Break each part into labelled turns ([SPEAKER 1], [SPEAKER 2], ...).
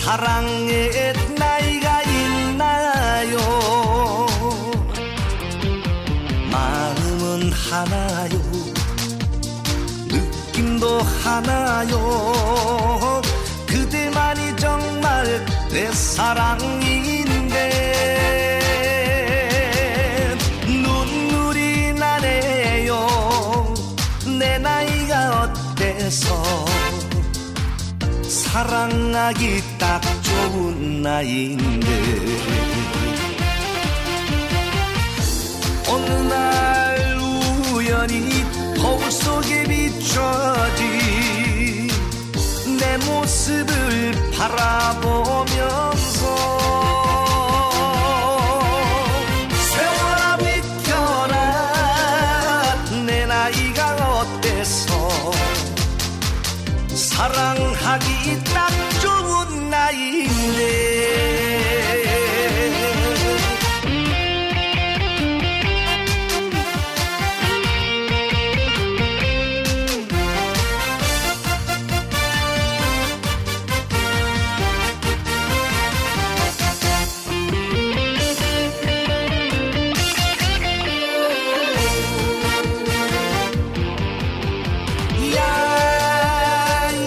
[SPEAKER 1] 사랑의 나이가 있나요 마음은 하나요 느낌도 하나요 그대만이 정말 내 사랑인데 눈물이 나네요 내 나이가 어때서 사랑하기 딱 좋은 나이인데 어느 날 우연히 거울 속에 비춰진 내 모습을 바라보면서 세월아 비켜라 내 나이가 어때서 사랑하기 딱 좋은 나이인데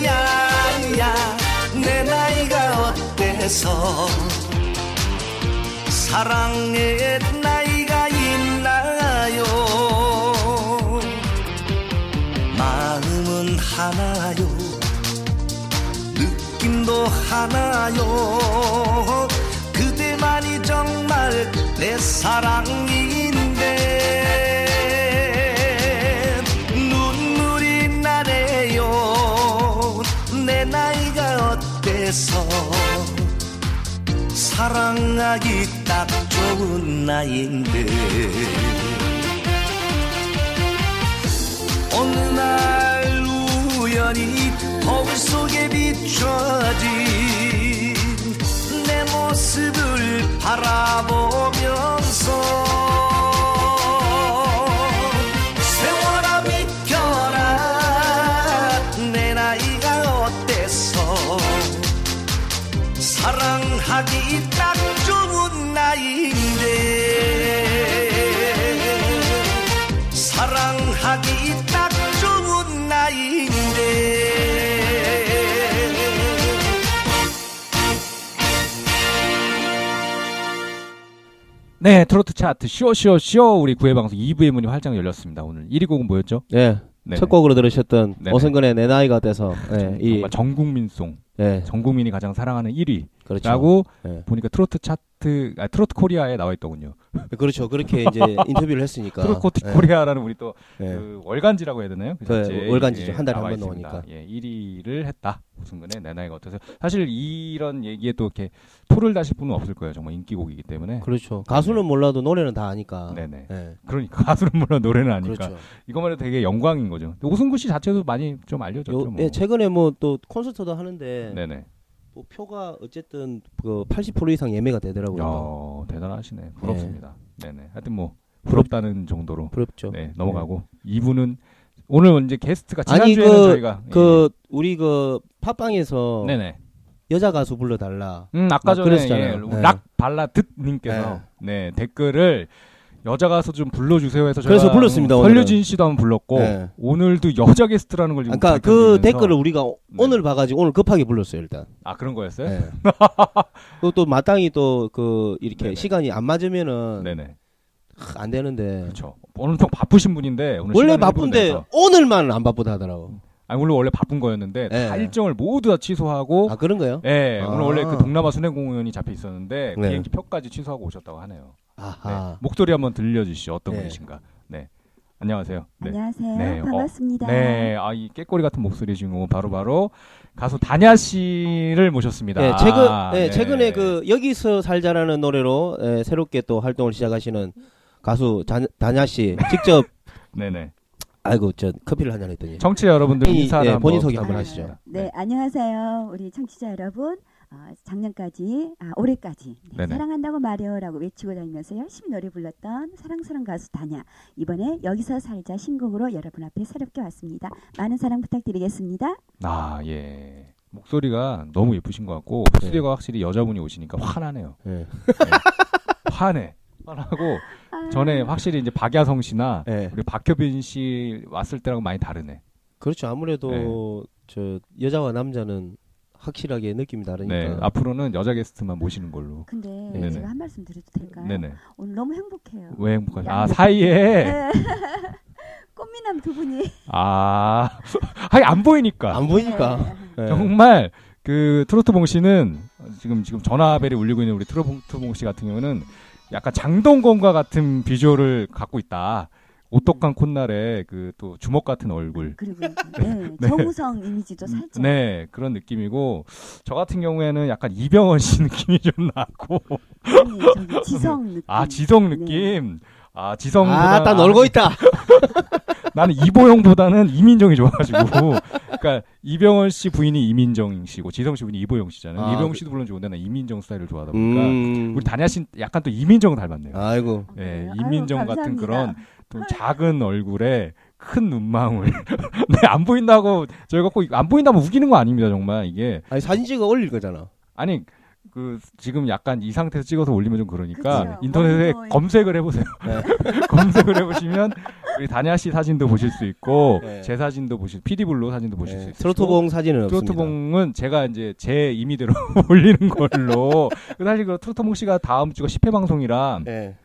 [SPEAKER 1] 야야야 내 나이가 어때서 사랑의 나이가 있나요 마음은 하나요 느낌도 하나요 그대만이 정말 내 사랑인데 눈물이 나네요 내 나이가 어때서 사랑하기 딱 좋은 나이인데 어느 날 우연히 거울 속에 비춰진 내 모습을 바라보면서 세월아 비켜라 내 나이가 어때서 사랑하기 딱 좋은 나이인데 사랑하기 딱 좋은 나이인데
[SPEAKER 2] 네, 트로트 차트 쇼쇼쇼 우리 구회 방송 2부의 문이 활짝 열렸습니다. 오늘 1위 곡은 뭐였죠?
[SPEAKER 3] 예.
[SPEAKER 2] 네.
[SPEAKER 3] 첫 곡으로 들으셨던
[SPEAKER 2] 네네. 아,
[SPEAKER 3] 어승근의 내 나이가 돼서 예, 이
[SPEAKER 2] 정말 전국민송,
[SPEAKER 3] 예,
[SPEAKER 2] 전국민이 가장 사랑하는 1위라고
[SPEAKER 3] 그렇죠. 예.
[SPEAKER 2] 보니까 트로트 차트, 아, 트로트 코리아에 나와 있더군요.
[SPEAKER 3] 그렇죠. 그렇게 이제 인터뷰를 했으니까.
[SPEAKER 2] 트로트
[SPEAKER 3] 예,
[SPEAKER 2] 코리아라는 우리 또
[SPEAKER 3] 예.
[SPEAKER 2] 그 월간지라고 해야 되나요? 그
[SPEAKER 3] 그
[SPEAKER 2] 잡지에
[SPEAKER 3] 월간지죠.
[SPEAKER 2] 예,
[SPEAKER 3] 한 달에
[SPEAKER 2] 나와
[SPEAKER 3] 한번
[SPEAKER 2] 있습니다.
[SPEAKER 3] 나오니까.
[SPEAKER 2] 예, 1위를 했다. 우승근의 내 나이가 어때서 사실 이런 얘기에 또 이렇게 토를 다실 분은 없을 거예요. 정말 인기곡이기 때문에.
[SPEAKER 3] 그렇죠. 가수는 몰라도 노래는 다 아니까.
[SPEAKER 2] 네. 네네.
[SPEAKER 3] 예.
[SPEAKER 2] 그러니까 가수는 물론 노래는 아니까
[SPEAKER 3] 그렇죠.
[SPEAKER 2] 이것만 해도 되게 영광인 거죠. 오승구 씨 자체도 많이 좀 알려졌죠.
[SPEAKER 3] 요,
[SPEAKER 2] 뭐.
[SPEAKER 3] 예, 최근에 뭐 또 콘서트도 하는데
[SPEAKER 2] 네네.
[SPEAKER 3] 뭐 표가 어쨌든 그 80% 이상 예매가 되더라고요.
[SPEAKER 2] 야 어, 대단하시네. 부럽습니다. 네네. 하여튼 뭐 부럽다는 정도로
[SPEAKER 3] 부럽죠.
[SPEAKER 2] 네 넘어가고 이분은 오늘 이제 게스트가
[SPEAKER 3] 아니,
[SPEAKER 2] 지난주에는
[SPEAKER 3] 그-
[SPEAKER 2] 저희가
[SPEAKER 3] 그 우리 그 팟빵에서
[SPEAKER 2] 예. 네네.
[SPEAKER 3] 여자 가수 불러달라.
[SPEAKER 2] 음 아까
[SPEAKER 3] 막
[SPEAKER 2] 전에 예,
[SPEAKER 3] 그랬었잖아요. 네.
[SPEAKER 2] 락 발라드 님께서 네. 댓글을 여자 가서 좀 불러주세요 해서 제가 음,
[SPEAKER 3] 그래서 불렀습니다, 오늘은.
[SPEAKER 2] 설유진 씨도 한번 불렀고
[SPEAKER 3] 네.
[SPEAKER 2] 오늘도 여자 게스트라는 걸 지금
[SPEAKER 3] 그러니까 그
[SPEAKER 2] 밝혀드리면서-
[SPEAKER 3] 댓글을 우리가 오-
[SPEAKER 2] 네.
[SPEAKER 3] 오늘 봐가지고 오늘 급하게 불렀어요 일단.
[SPEAKER 2] 아 그런 거였어요?
[SPEAKER 3] 네. 그리고 또 마땅히 또 그 이렇게
[SPEAKER 2] 네네.
[SPEAKER 3] 시간이 안 맞으면은
[SPEAKER 2] 네네.
[SPEAKER 3] 크, 안 되는데
[SPEAKER 2] 그렇죠. 오늘 좀 바쁘신 분인데 오늘
[SPEAKER 3] 원래
[SPEAKER 2] 시간을
[SPEAKER 3] 바쁜데
[SPEAKER 2] 내서.
[SPEAKER 3] 오늘만 안 바쁘다 하더라고.
[SPEAKER 2] 아니 물론 원래 바쁜 거였는데 다
[SPEAKER 3] 예.
[SPEAKER 2] 일정을 모두 다 취소하고
[SPEAKER 3] 아 그런 거요?
[SPEAKER 2] 예,
[SPEAKER 3] 아.
[SPEAKER 2] 오늘 원래 그 동남아 순회 공연이 잡혀 있었는데
[SPEAKER 3] 네.
[SPEAKER 2] 비행기 표까지 취소하고 오셨다고 하네요. 네.
[SPEAKER 3] 아하.
[SPEAKER 2] 목소리 한번 들려주시죠. 어떤
[SPEAKER 3] 네.
[SPEAKER 2] 분이신가? 네, 안녕하세요. 네,
[SPEAKER 4] 안녕하세요.
[SPEAKER 2] 네, 어,
[SPEAKER 4] 반갑습니다.
[SPEAKER 2] 네, 아이 깨꼬리 같은 목소리 주인공 바로 바로 가수 다냐 씨를 모셨습니다.
[SPEAKER 3] 예, 최근
[SPEAKER 2] 아,
[SPEAKER 3] 예,
[SPEAKER 2] 네.
[SPEAKER 3] 최근에 그 여기서 살자라는 노래로 예, 새롭게 또 활동을 시작하시는 가수 잔- 다냐 씨 직접
[SPEAKER 2] 네네
[SPEAKER 3] 아이고 저 커피를 한잔 했더니
[SPEAKER 2] 청취자 여러분들
[SPEAKER 3] 이-
[SPEAKER 2] 인사를
[SPEAKER 3] 예,
[SPEAKER 2] 한번
[SPEAKER 3] 본인 소개 한번
[SPEAKER 4] 아,
[SPEAKER 3] 하시죠.
[SPEAKER 4] 네, 안녕하세요. 우리 청취자 여러분. 어, 작년까지, 아, 올해까지 네,
[SPEAKER 2] 네네.
[SPEAKER 4] 사랑한다고 말해요라고 외치고 다니면서 열심히 노래 불렀던 사랑스러운 가수 다냐. 이번에 여기서 살자 신곡으로 여러분 앞에 새롭게 왔습니다. 많은 사랑 부탁드리겠습니다.
[SPEAKER 2] 아 예. 목소리가 너무 예쁘신 것 같고
[SPEAKER 3] 네.
[SPEAKER 2] 목소리가 확실히 여자분이 오시니까 화나네요.
[SPEAKER 3] 예.
[SPEAKER 2] 화내. 화나고
[SPEAKER 4] 아.
[SPEAKER 2] 전에 확실히 이제 박야성 씨나
[SPEAKER 3] 예.
[SPEAKER 2] 우리 박효빈 씨 왔을 때랑 많이 다르네.
[SPEAKER 3] 그렇죠.
[SPEAKER 2] 네.
[SPEAKER 3] 아무래도 저 여자와 남자는 확실하게 느낌이 다르니까.
[SPEAKER 2] 네. 앞으로는 여자 게스트만 모시는 걸로.
[SPEAKER 5] 근데
[SPEAKER 2] 네네.
[SPEAKER 5] 제가 한 말씀 드려도 될까요?
[SPEAKER 2] 네네.
[SPEAKER 5] 오늘 너무 행복해요.
[SPEAKER 2] 왜 행복하죠? 아
[SPEAKER 5] 양옆.
[SPEAKER 2] 사이에
[SPEAKER 5] 네. 꽃미남 두 분이
[SPEAKER 2] 아 아니 안 보이니까
[SPEAKER 3] 안 보이니까. 예.
[SPEAKER 2] 정말 그 트로트 봉 씨는 지금 지금 전화벨이 울리고 있는 우리 트로트 봉 씨 같은 경우는 약간 장동건과 같은 비주얼을 갖고 있다. 오똑한 콧날에 그 또 주먹 같은 얼굴.
[SPEAKER 5] 그리고 네, 정우성 이미지도 살짝
[SPEAKER 2] 네 그런 느낌이고 저 같은 경우에는 약간 이병헌 씨 느낌이 좀 나고
[SPEAKER 5] 아니,
[SPEAKER 4] 네,
[SPEAKER 5] 저기 지성 느낌.
[SPEAKER 2] 아 지성
[SPEAKER 5] 네.
[SPEAKER 2] 느낌 아 지성보다
[SPEAKER 3] 음. 아, 딱 놀고 있다.
[SPEAKER 2] 나는 이보영보다는 이민정이 좋아가지고 그러니까 이병헌 씨 부인이 이민정 씨고 지성 씨 부인이 이보영 씨잖아요
[SPEAKER 3] 아,
[SPEAKER 2] 이보영
[SPEAKER 3] 그-
[SPEAKER 2] 씨도 물론 좋은데 나 이민정 스타일을 좋아하다 보니까
[SPEAKER 3] 음.
[SPEAKER 2] 우리 다냐 씨는 약간 또 이민정 닮았네요
[SPEAKER 3] 아이고.
[SPEAKER 2] 예,
[SPEAKER 5] 그래요?
[SPEAKER 4] 어,
[SPEAKER 2] 이민정
[SPEAKER 5] 아유,
[SPEAKER 2] 같은
[SPEAKER 5] 감사합니다.
[SPEAKER 2] 그런 좀 작은 얼굴에 큰 눈망울 네, 안 보인다고 저희가 꼭 안 보인다면 우기는 거 아닙니다 정말 이게
[SPEAKER 3] 아니 사진 찍어 올릴 거잖아.
[SPEAKER 2] 아니 그 지금 약간 이 상태에서 찍어서 올리면 좀 그러니까
[SPEAKER 5] 그쵸.
[SPEAKER 2] 인터넷에
[SPEAKER 5] 먼저
[SPEAKER 2] 검색을 해보세요.
[SPEAKER 3] 네.
[SPEAKER 2] 검색을 해보시면 우리 다냐 씨 사진도 보실 수 있고
[SPEAKER 3] 네.
[SPEAKER 2] 제 사진도 보실 피디블루 사진도 보실 수
[SPEAKER 3] 예.
[SPEAKER 2] 있고
[SPEAKER 3] 트로트봉 사진은 없습니다.
[SPEAKER 2] 트로트봉은 제가 이제 제 임의대로 올리는 걸로 그 사실 그 트로트봉 씨가 다음 주가 10회 방송이라
[SPEAKER 3] 예.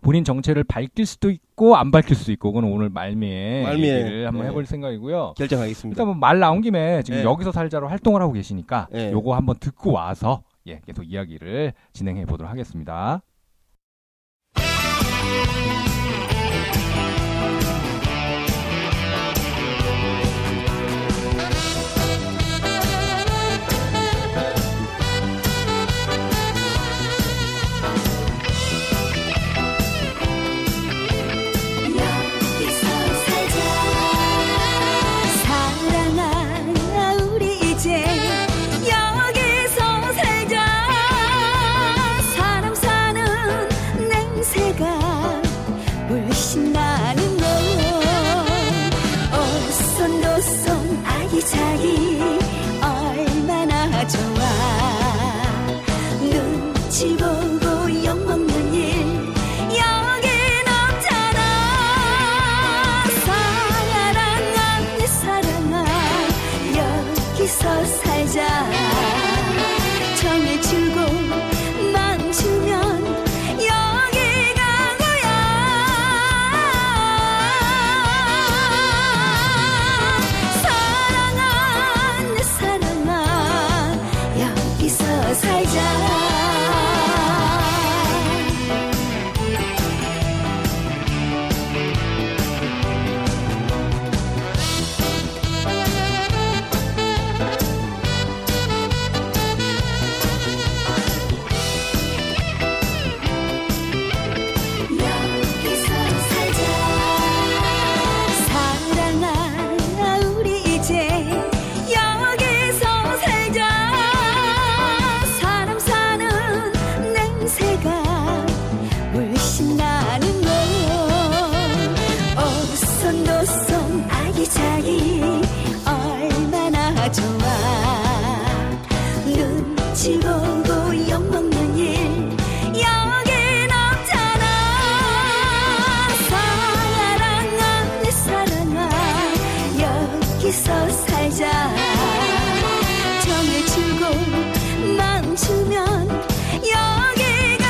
[SPEAKER 2] 본인 정체를 밝힐 수도 있고 안 밝힐 수도 있고 그건 오늘 말미에
[SPEAKER 3] 말미에.
[SPEAKER 2] 얘기를 한번
[SPEAKER 3] 네.
[SPEAKER 2] 해볼 생각이고요.
[SPEAKER 3] 결정하겠습니다.
[SPEAKER 2] 일단 뭐말 나온 김에 지금
[SPEAKER 3] 네.
[SPEAKER 2] 여기서 살자로 활동을 하고 계시니까
[SPEAKER 3] 네.
[SPEAKER 2] 요거 한번 듣고 와서 예, 계속 이야기를 진행해 보도록 하겠습니다.
[SPEAKER 4] 여기서 살자 사랑아 우리 이제 여기서 살자 사람 사는 냄새가 물씬 나는 너 오손도손 아기자기 얼마나 좋아 눈치 보고 욕먹는 일 여긴 없잖아 사랑아 내 사랑아 여기서 살자 정해주고 멈추면 여기가 뭐야 사랑아 내 사랑아 여기서 살자 여기서 살자 사랑아 우리 이제 여기서 살자 사람 사는 냄새가 물씬 나는 너 오손도손 아기자기 얼마나 좋아 눈치 보고 욕먹는 일 여긴 없잖아 사랑아 내 사랑아 여기서 살자 정해주고 멈추면 여기가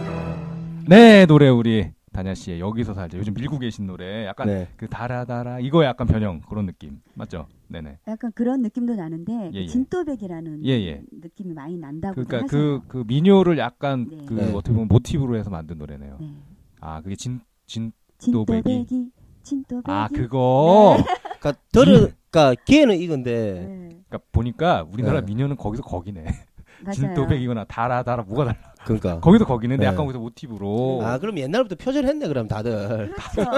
[SPEAKER 4] 음.
[SPEAKER 2] 네 노래 우리 다냐 씨의 여기서 살자 요즘 밀고 계신 노래 약간
[SPEAKER 3] 네.
[SPEAKER 2] 그 달아달아 이거 약간 변형 그런 느낌 맞죠? 네네.
[SPEAKER 4] 약간 그런 느낌도 나는데
[SPEAKER 2] 예, 예.
[SPEAKER 4] 그 진또백이라는
[SPEAKER 2] 예, 예.
[SPEAKER 4] 느낌이 많이 난다고
[SPEAKER 2] 그러니까
[SPEAKER 4] 하세요.
[SPEAKER 2] 그, 그 민요를 약간
[SPEAKER 4] 네.
[SPEAKER 2] 그
[SPEAKER 3] 네.
[SPEAKER 2] 어떻게 보면 모티브로 해서 만든 노래네요.
[SPEAKER 4] 네.
[SPEAKER 2] 아 그게 진 진 아
[SPEAKER 4] 진또백이 진또백이
[SPEAKER 2] 그거
[SPEAKER 3] 그러니까 들으 그러니까 기회는 이건데
[SPEAKER 4] 네,
[SPEAKER 2] 그러니까 보니까 우리나라
[SPEAKER 3] 네.
[SPEAKER 2] 민요는 거기서 거기네.
[SPEAKER 4] 맞아요.
[SPEAKER 2] 진또백이거나 달아달아 뭐가 달라.
[SPEAKER 3] 그러니까
[SPEAKER 2] 거기서 거기는데
[SPEAKER 3] 네.
[SPEAKER 2] 약간 거기서 모티브로
[SPEAKER 3] 아 그럼 옛날부터 표절했네 그럼 다들
[SPEAKER 4] 그렇죠.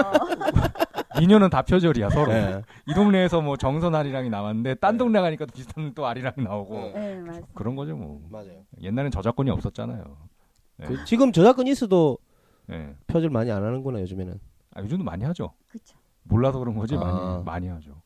[SPEAKER 2] 민요는 다 표절이야 서로.
[SPEAKER 3] 예.
[SPEAKER 2] 이 동네에서 뭐 정선 아리랑이 나왔는데 딴
[SPEAKER 3] 네.
[SPEAKER 2] 동네 가니까 또 비슷한 또 아리랑이 나오고
[SPEAKER 3] 네.
[SPEAKER 4] 네, 맞
[SPEAKER 2] 그런 거죠 뭐.
[SPEAKER 3] 맞아요
[SPEAKER 2] 옛날엔 저작권이 없었잖아요. 네.
[SPEAKER 3] 그 지금 저작권 있어도
[SPEAKER 2] 예.
[SPEAKER 3] 표절 많이 안 하는구나 요즘에는
[SPEAKER 2] 아, 요즘도 많이 하죠.
[SPEAKER 4] 그렇죠.
[SPEAKER 2] 몰라서 그런 거지 많이
[SPEAKER 3] 아.
[SPEAKER 2] 많이 하죠.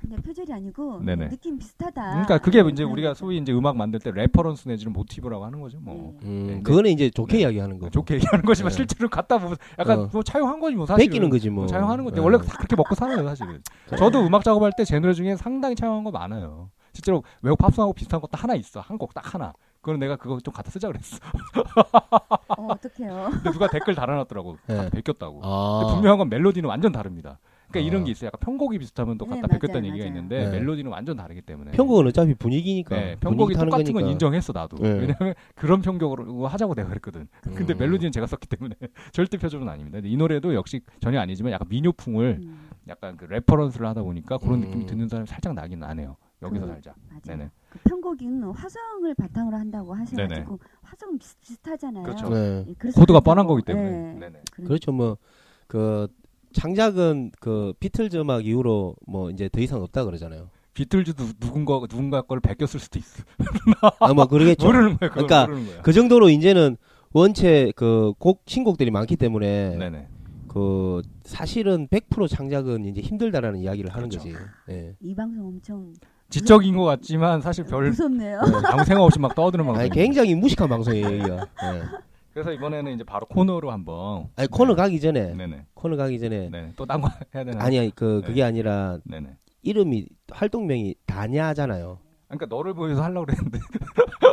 [SPEAKER 4] 근데 표절이 아니고
[SPEAKER 2] 네네.
[SPEAKER 4] 느낌 비슷하다.
[SPEAKER 2] 그러니까 그게 이제 우리가 소위 이제 음악 만들 때 레퍼런스 내지는 모티브라고 하는 거죠. 뭐
[SPEAKER 4] 네.
[SPEAKER 3] 음,
[SPEAKER 2] 네.
[SPEAKER 3] 그거는 이제 좋게
[SPEAKER 2] 네.
[SPEAKER 3] 이야기하는 거
[SPEAKER 2] 좋게 얘기하는 거지만 뭐.
[SPEAKER 3] 네.
[SPEAKER 2] 실제로 갖다 보면 약간
[SPEAKER 3] 어.
[SPEAKER 2] 뭐 차용한 거지 뭐 사실.
[SPEAKER 3] 뺏기는 거지 뭐 네.
[SPEAKER 2] 차용하는 건데
[SPEAKER 3] 예.
[SPEAKER 2] 원래 다 그렇게 먹고 살아요 사실은. 저도 음악 작업할 때 제 노래 중에 상당히 차용한 거 많아요. 실제로 외국 팝송하고 비슷한 것도 하나 있어. 한 곡 딱 하나. 그건 내가 그거 좀 갖다 쓰자 그랬어.
[SPEAKER 4] 어, 어떡해요.
[SPEAKER 2] 근데 누가 댓글 달아놨더라고.
[SPEAKER 3] 네.
[SPEAKER 2] 갖다 베꼈다고.
[SPEAKER 3] 아.
[SPEAKER 2] 근데 분명한 건 멜로디는 완전 다릅니다. 그러니까
[SPEAKER 3] 아.
[SPEAKER 2] 이런 게 있어요. 약간 편곡이 비슷하면 또
[SPEAKER 4] 네,
[SPEAKER 2] 갖다
[SPEAKER 4] 맞아요,
[SPEAKER 2] 베꼈다는 얘기가
[SPEAKER 4] 맞아요.
[SPEAKER 2] 있는데
[SPEAKER 3] 네.
[SPEAKER 2] 멜로디는 완전 다르기 때문에.
[SPEAKER 3] 편곡은 어차피 분위기니까
[SPEAKER 2] 네,
[SPEAKER 3] 분위기
[SPEAKER 2] 편곡이
[SPEAKER 3] 타는
[SPEAKER 2] 똑같은
[SPEAKER 3] 거니까.
[SPEAKER 2] 건 인정했어 나도.
[SPEAKER 3] 네.
[SPEAKER 2] 왜냐하면 그런 편곡으로 하자고 내가 그랬거든. 근데
[SPEAKER 3] 음.
[SPEAKER 2] 멜로디는 제가 썼기 때문에 절대 표절은 아닙니다. 근데 이 노래도 역시 전혀 아니지만 약간 민요풍을
[SPEAKER 4] 음,
[SPEAKER 2] 약간 그 레퍼런스를 하다 보니까 그런
[SPEAKER 3] 음.
[SPEAKER 2] 느낌이 드는 사람이 살짝 나긴 나네요. 여기서
[SPEAKER 4] 그-
[SPEAKER 2] 살자.
[SPEAKER 4] 맞아요.
[SPEAKER 2] 네네.
[SPEAKER 4] 그 편곡인 화성을 바탕으로 한다고 하셔가지고 화성 비슷, 비슷하잖아요.
[SPEAKER 2] 그렇죠.
[SPEAKER 3] 네.
[SPEAKER 4] 예, 그래서
[SPEAKER 2] 코드가
[SPEAKER 4] 그렇다고-
[SPEAKER 2] 뻔한 거기
[SPEAKER 4] 네.
[SPEAKER 2] 때문에. 네네.
[SPEAKER 4] 그런-
[SPEAKER 3] 그렇죠 뭐 그 창작은 그 비틀즈 음악 이후로 뭐 이제 더 이상 없다 그러잖아요.
[SPEAKER 2] 비틀즈도 누군가 누군가 걸 베꼈을 수도 있어.
[SPEAKER 3] 아 뭐 그러겠죠.
[SPEAKER 2] 모르는 거야. 그건
[SPEAKER 3] 그러니까
[SPEAKER 2] 모르는 거야.
[SPEAKER 3] 그 정도로 이제는 원체 그 곡 신곡들이 많기 때문에
[SPEAKER 2] 네네.
[SPEAKER 3] 그 사실은 100% 창작은 이제 힘들다라는 이야기를 하는
[SPEAKER 2] 그렇죠.
[SPEAKER 3] 거지. 예.
[SPEAKER 4] 이 방송 엄청
[SPEAKER 2] 지적인 것 같지만 사실 별
[SPEAKER 4] 무섭네요.
[SPEAKER 2] 아무 생각 없이 막 떠드는
[SPEAKER 3] 아니
[SPEAKER 2] 방송.
[SPEAKER 3] 굉장히 무식한 방송이에요, 이거. 예.
[SPEAKER 2] 그래서 이번에는 이제 바로 코너로 한번.
[SPEAKER 3] 아니 코너 가기 전에
[SPEAKER 2] 네. 네네.
[SPEAKER 3] 코너 가기 전에
[SPEAKER 2] 네. 또 딴 거 해야 되나?
[SPEAKER 3] 아니 아니 그
[SPEAKER 2] 네.
[SPEAKER 3] 그게 아니라
[SPEAKER 2] 네네.
[SPEAKER 3] 이름이 활동명이 다냐잖아요.
[SPEAKER 2] 그러니까 너를 보여서 하려고 그랬는데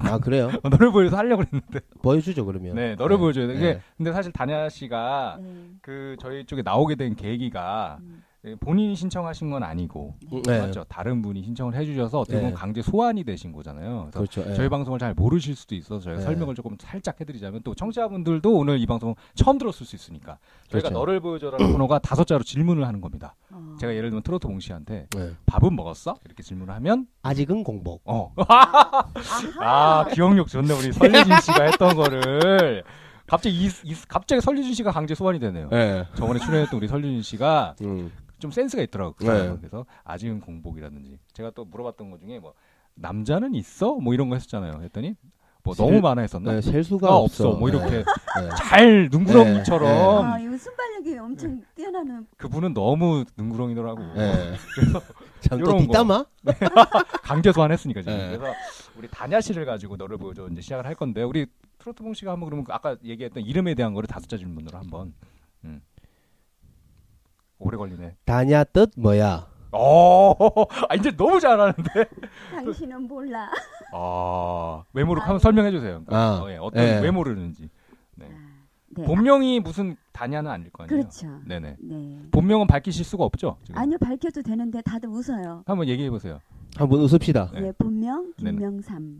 [SPEAKER 3] 아 그래요?
[SPEAKER 2] 너를 보여서 하려고 그랬는데
[SPEAKER 3] 보여주죠 그러면.
[SPEAKER 2] 네 너를 보여줘야 돼 이게
[SPEAKER 3] 네.
[SPEAKER 2] 근데 사실 다냐 씨가
[SPEAKER 4] 네.
[SPEAKER 2] 그 저희 쪽에 나오게 된 계기가
[SPEAKER 4] 음.
[SPEAKER 2] 예, 본인이 신청하신 건 아니고
[SPEAKER 3] 음, 네.
[SPEAKER 2] 맞죠 다른 분이 신청을 해주셔서 어떻게 보면
[SPEAKER 3] 네.
[SPEAKER 2] 강제 소환이 되신 거잖아요 그래서
[SPEAKER 3] 그렇죠. 예.
[SPEAKER 2] 저희 방송을 잘 모르실 수도 있어서 저희가
[SPEAKER 3] 네.
[SPEAKER 2] 설명을 조금 살짝 해드리자면 또 청취자분들도 오늘 이 방송 처음 들었을 수 있으니까 저희가
[SPEAKER 3] 그렇죠.
[SPEAKER 2] 너를 보여줘라는 코너가 다섯 자로 질문을 하는 겁니다
[SPEAKER 4] 어.
[SPEAKER 2] 제가 예를 들면 트로트 봉씨한테
[SPEAKER 3] 네.
[SPEAKER 2] 밥은 먹었어? 이렇게 질문을 하면
[SPEAKER 3] 아직은 공복.
[SPEAKER 2] 어
[SPEAKER 4] 아하.
[SPEAKER 2] 아 기억력 좋네 우리 설유진 씨가 했던 거를 갑자기 이, 이- 갑자기 설유진 씨가 강제 소환이 되네요.
[SPEAKER 3] 예.
[SPEAKER 2] 저번에 출연했던 우리 설유진 씨가
[SPEAKER 3] 음.
[SPEAKER 2] 좀 센스가 있더라고요. 그
[SPEAKER 3] 네.
[SPEAKER 2] 사람은. 그래서 아직은 공복이라든지 제가 또 물어봤던 것 중에 뭐 남자는 있어? 뭐 이런 거 했었잖아요. 했더니 뭐
[SPEAKER 3] 셀-
[SPEAKER 2] 너무 많아 했었나?
[SPEAKER 3] 네, 셀 수가
[SPEAKER 2] 아,
[SPEAKER 3] 없어.
[SPEAKER 2] 없어. 뭐 이렇게
[SPEAKER 3] 네. 네.
[SPEAKER 2] 잘
[SPEAKER 4] 아,
[SPEAKER 2] 능구렁이처럼
[SPEAKER 4] 이거 순발력이
[SPEAKER 2] 네.
[SPEAKER 4] 엄청 뛰어나는
[SPEAKER 2] 그분은 너무 능구렁이더라고.
[SPEAKER 3] 예. 참또
[SPEAKER 2] 요런 거.
[SPEAKER 3] 뒷담화?
[SPEAKER 2] 강제 소환했으니까 지금.
[SPEAKER 3] 네.
[SPEAKER 2] 그래서 우리 다냐 씨를 가지고 너를 보여줘 이제 시작을 할 건데 우리 트로트봉 씨가 한번 그러면 아까 얘기했던 이름에 대한 거를 다섯 자 질문으로 한번. 음. 오래 걸리네.
[SPEAKER 3] 다냐 뜻 뭐야?
[SPEAKER 2] 어, 아, 이제 너무 잘하는데.
[SPEAKER 4] 당신은 몰라.
[SPEAKER 2] 아, 외모로 한번 설명해 주세요.
[SPEAKER 3] 아.
[SPEAKER 2] 어, 예, 어떤
[SPEAKER 3] 예.
[SPEAKER 2] 외모를는지. 네.
[SPEAKER 4] 네.
[SPEAKER 2] 본명이 무슨 다냐는 아닐 거 아니에요. 네.
[SPEAKER 4] 그렇죠.
[SPEAKER 2] 네네.
[SPEAKER 4] 네.
[SPEAKER 2] 본명은 밝히실 수가 없죠. 지금.
[SPEAKER 4] 아니요 밝혀도 되는데 다들 웃어요.
[SPEAKER 2] 한번 얘기해 보세요.
[SPEAKER 3] 한번 웃읍시다.
[SPEAKER 2] 네.
[SPEAKER 4] 예, 본명
[SPEAKER 2] 네네.
[SPEAKER 4] 김명삼.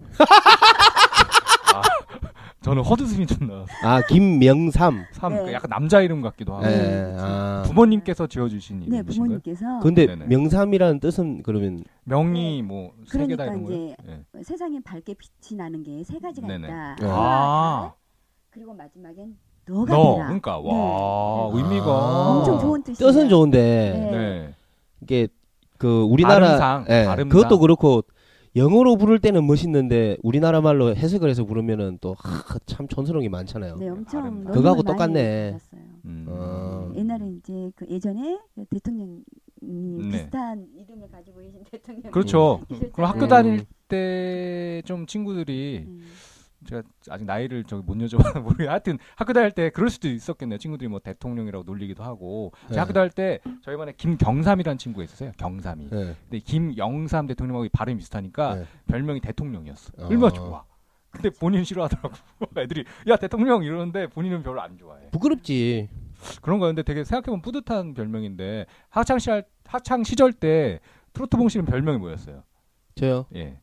[SPEAKER 2] 저는 허드슨이 좀 나.
[SPEAKER 3] 아 김명삼.
[SPEAKER 2] 삼,
[SPEAKER 4] 네.
[SPEAKER 2] 그 약간 남자 이름 같기도 하고.
[SPEAKER 3] 예.
[SPEAKER 4] 네.
[SPEAKER 3] 아.
[SPEAKER 2] 부모님께서 지어주신
[SPEAKER 4] 네,
[SPEAKER 2] 이름이신가요?
[SPEAKER 4] 부모님께서
[SPEAKER 3] 근데
[SPEAKER 2] 음. 네네.
[SPEAKER 3] 명삼이라는 뜻은 그러면
[SPEAKER 2] 명이 뭐 세 개다
[SPEAKER 4] 그러니까
[SPEAKER 2] 이런 거예요? 예.
[SPEAKER 4] 세상에 밝게 빛이 나는 게 세 가지가
[SPEAKER 2] 네네.
[SPEAKER 4] 있다.
[SPEAKER 3] 네.
[SPEAKER 2] 아.
[SPEAKER 4] 그리고 마지막엔 너가
[SPEAKER 2] 너 아.
[SPEAKER 4] 되라.
[SPEAKER 2] 그러니까
[SPEAKER 4] 네.
[SPEAKER 2] 와
[SPEAKER 4] 네.
[SPEAKER 2] 의미가
[SPEAKER 4] 엄청 좋은 뜻이에요.
[SPEAKER 3] 뜻은 좋은데
[SPEAKER 4] 네.
[SPEAKER 2] 네.
[SPEAKER 3] 이게 그 우리나라
[SPEAKER 2] 발음상,
[SPEAKER 3] 예,
[SPEAKER 2] 발음상.
[SPEAKER 3] 그것도 그렇고 영어로 부를 때는 멋있는데 우리나라 말로 해석을 해서 부르면은 또 참 촌스러운 게 많잖아요.
[SPEAKER 4] 네, 엄청
[SPEAKER 2] 발음.
[SPEAKER 4] 논문을
[SPEAKER 3] 그거하고
[SPEAKER 4] 많이
[SPEAKER 3] 똑같네.
[SPEAKER 4] 받았어요.
[SPEAKER 2] 음.
[SPEAKER 3] 어.
[SPEAKER 4] 옛날에 이제 그 예전에 대통령이 비슷한 이름을 가지고 계신 대통령.
[SPEAKER 2] 네. 그렇죠.
[SPEAKER 4] 음.
[SPEAKER 2] 그럼 학교
[SPEAKER 3] 음.
[SPEAKER 2] 다닐 때 좀 친구들이
[SPEAKER 4] 네.
[SPEAKER 2] 제가 아직 나이를 저기 못 여쭤봐서 모르겠 하여튼 학교 다닐 때 그럴 수도 있었겠네요. 친구들이 뭐 대통령이라고 놀리기도 하고 제가
[SPEAKER 3] 네.
[SPEAKER 2] 학교 다닐 때 저희 반에 김경삼이라는 친구가 있었어요. 경삼이.
[SPEAKER 3] 예.
[SPEAKER 2] 근데 김영삼 대통령하고 발음이 비슷하니까
[SPEAKER 3] 네.
[SPEAKER 2] 별명이 대통령이었어.
[SPEAKER 3] 어.
[SPEAKER 2] 얼마나 좋아. 근데 본인 싫어하더라고. 애들이 야 대통령 이러는데 본인은 별로 안 좋아해.
[SPEAKER 3] 부끄럽지.
[SPEAKER 2] 그런 거였는데 되게 생각해보면 뿌듯한 별명인데 학창 시절 학창 시절 때 트로트 봉 씨는 별명이 뭐였어요?
[SPEAKER 3] 저요.
[SPEAKER 2] 예.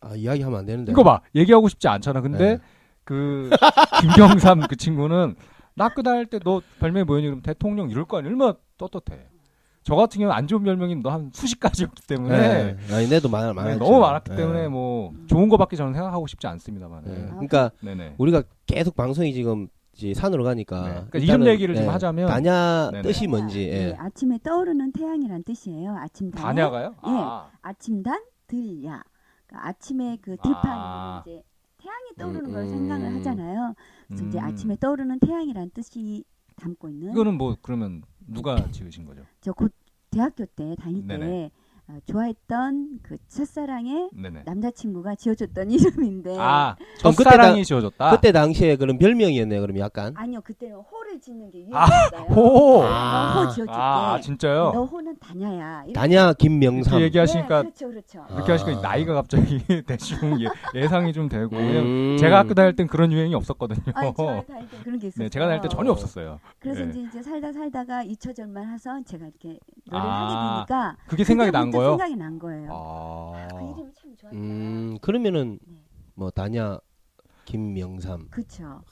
[SPEAKER 3] 아 이야기하면 안 되는데.
[SPEAKER 2] 이거 봐 얘기하고 싶지 않잖아. 근데
[SPEAKER 3] 네.
[SPEAKER 2] 그 김경삼 그 친구는 학교 다닐 때 너 별명이 뭐였니? 그럼 대통령 이럴 거 아니야? 얼마나 떳떳해. 저 같은 경우는 안 좋은 별명이 너 한 수십 가지였기 때문에
[SPEAKER 3] 네. 아니 내도 예. 많아
[SPEAKER 2] 네,
[SPEAKER 3] 많아.
[SPEAKER 2] 너무 많았기 때문에 뭐 좋은 거밖에 저는 생각하고 싶지 않습니다만.
[SPEAKER 3] 네.
[SPEAKER 2] 네.
[SPEAKER 3] 그러니까
[SPEAKER 2] 네네.
[SPEAKER 4] 어?
[SPEAKER 3] 우리가 계속 방송이 지금 이제 산으로 가니까.
[SPEAKER 2] 네. 그러니까
[SPEAKER 3] 일단은,
[SPEAKER 2] 이름 얘기를 좀
[SPEAKER 3] 예,
[SPEAKER 2] 하자면
[SPEAKER 3] 다냐
[SPEAKER 2] 네네.
[SPEAKER 3] 뜻이 뭔지. 예.
[SPEAKER 4] 예, 아침에 떠오르는 태양이란 뜻이에요. 아침 단.
[SPEAKER 2] 다냐가요?
[SPEAKER 4] 예.
[SPEAKER 2] 아.
[SPEAKER 4] 아침단 들야. 그러니까 아침에 그 들판이
[SPEAKER 2] 아.
[SPEAKER 4] 이제 태양이 떠오르는 걸
[SPEAKER 3] 음,
[SPEAKER 4] 생각을
[SPEAKER 3] 음.
[SPEAKER 4] 하잖아요. 그래서 이제
[SPEAKER 2] 음.
[SPEAKER 4] 아침에 떠오르는 태양이란 뜻이 담고 있는
[SPEAKER 2] 이거는 뭐 그러면 누가 지으신 거죠?
[SPEAKER 4] 저 곧 대학교 때 다닐
[SPEAKER 2] 네네.
[SPEAKER 4] 때 어, 좋아했던 그 첫사랑의
[SPEAKER 2] 네네.
[SPEAKER 4] 남자친구가 지어줬던 이름인데
[SPEAKER 2] 아,
[SPEAKER 3] 그럼 그때
[SPEAKER 2] 첫사랑이
[SPEAKER 3] 당-
[SPEAKER 2] 지어졌다.
[SPEAKER 3] 그때 당시에 그런 별명이었네요. 그럼 약간.
[SPEAKER 4] 니요 그때는 호를 짓는 게
[SPEAKER 2] 아,
[SPEAKER 4] 유행이었어요.
[SPEAKER 2] 호.
[SPEAKER 3] 아.
[SPEAKER 4] 너 호 지어줄게.
[SPEAKER 2] 아,
[SPEAKER 4] 너
[SPEAKER 2] 진짜요?
[SPEAKER 4] 호는 다냐야. 이렇게
[SPEAKER 3] 다냐 김명삼.
[SPEAKER 2] 이렇게 얘기하시니까
[SPEAKER 4] 네, 그렇죠, 그렇죠.
[SPEAKER 3] 아.
[SPEAKER 2] 이렇게 하시니까 나이가 갑자기 대충 예- 예상이 좀 되고 왜냐면
[SPEAKER 3] 음.
[SPEAKER 2] 제가 학교 다닐 땐 그런 유행이 없었거든요.
[SPEAKER 4] 아, 제가 다닐 때 그런 게 있었어요.
[SPEAKER 2] 어. 네, 제가 다닐 때 전혀 없었어요.
[SPEAKER 4] 그래서
[SPEAKER 2] 예.
[SPEAKER 4] 이제 이제 살다 살다가 잊혀절만 해서 제가 이렇게 노래를
[SPEAKER 2] 아,
[SPEAKER 4] 하게 되니까
[SPEAKER 2] 그게 생각이 난
[SPEAKER 4] 그때부터
[SPEAKER 2] 거예요.
[SPEAKER 4] 생각이 난 거예요.
[SPEAKER 2] 아.
[SPEAKER 4] 그 이름이 참 좋았다.
[SPEAKER 3] 음 그러면은
[SPEAKER 4] 네.
[SPEAKER 3] 뭐 다냐 김명삼.
[SPEAKER 4] 그렇죠.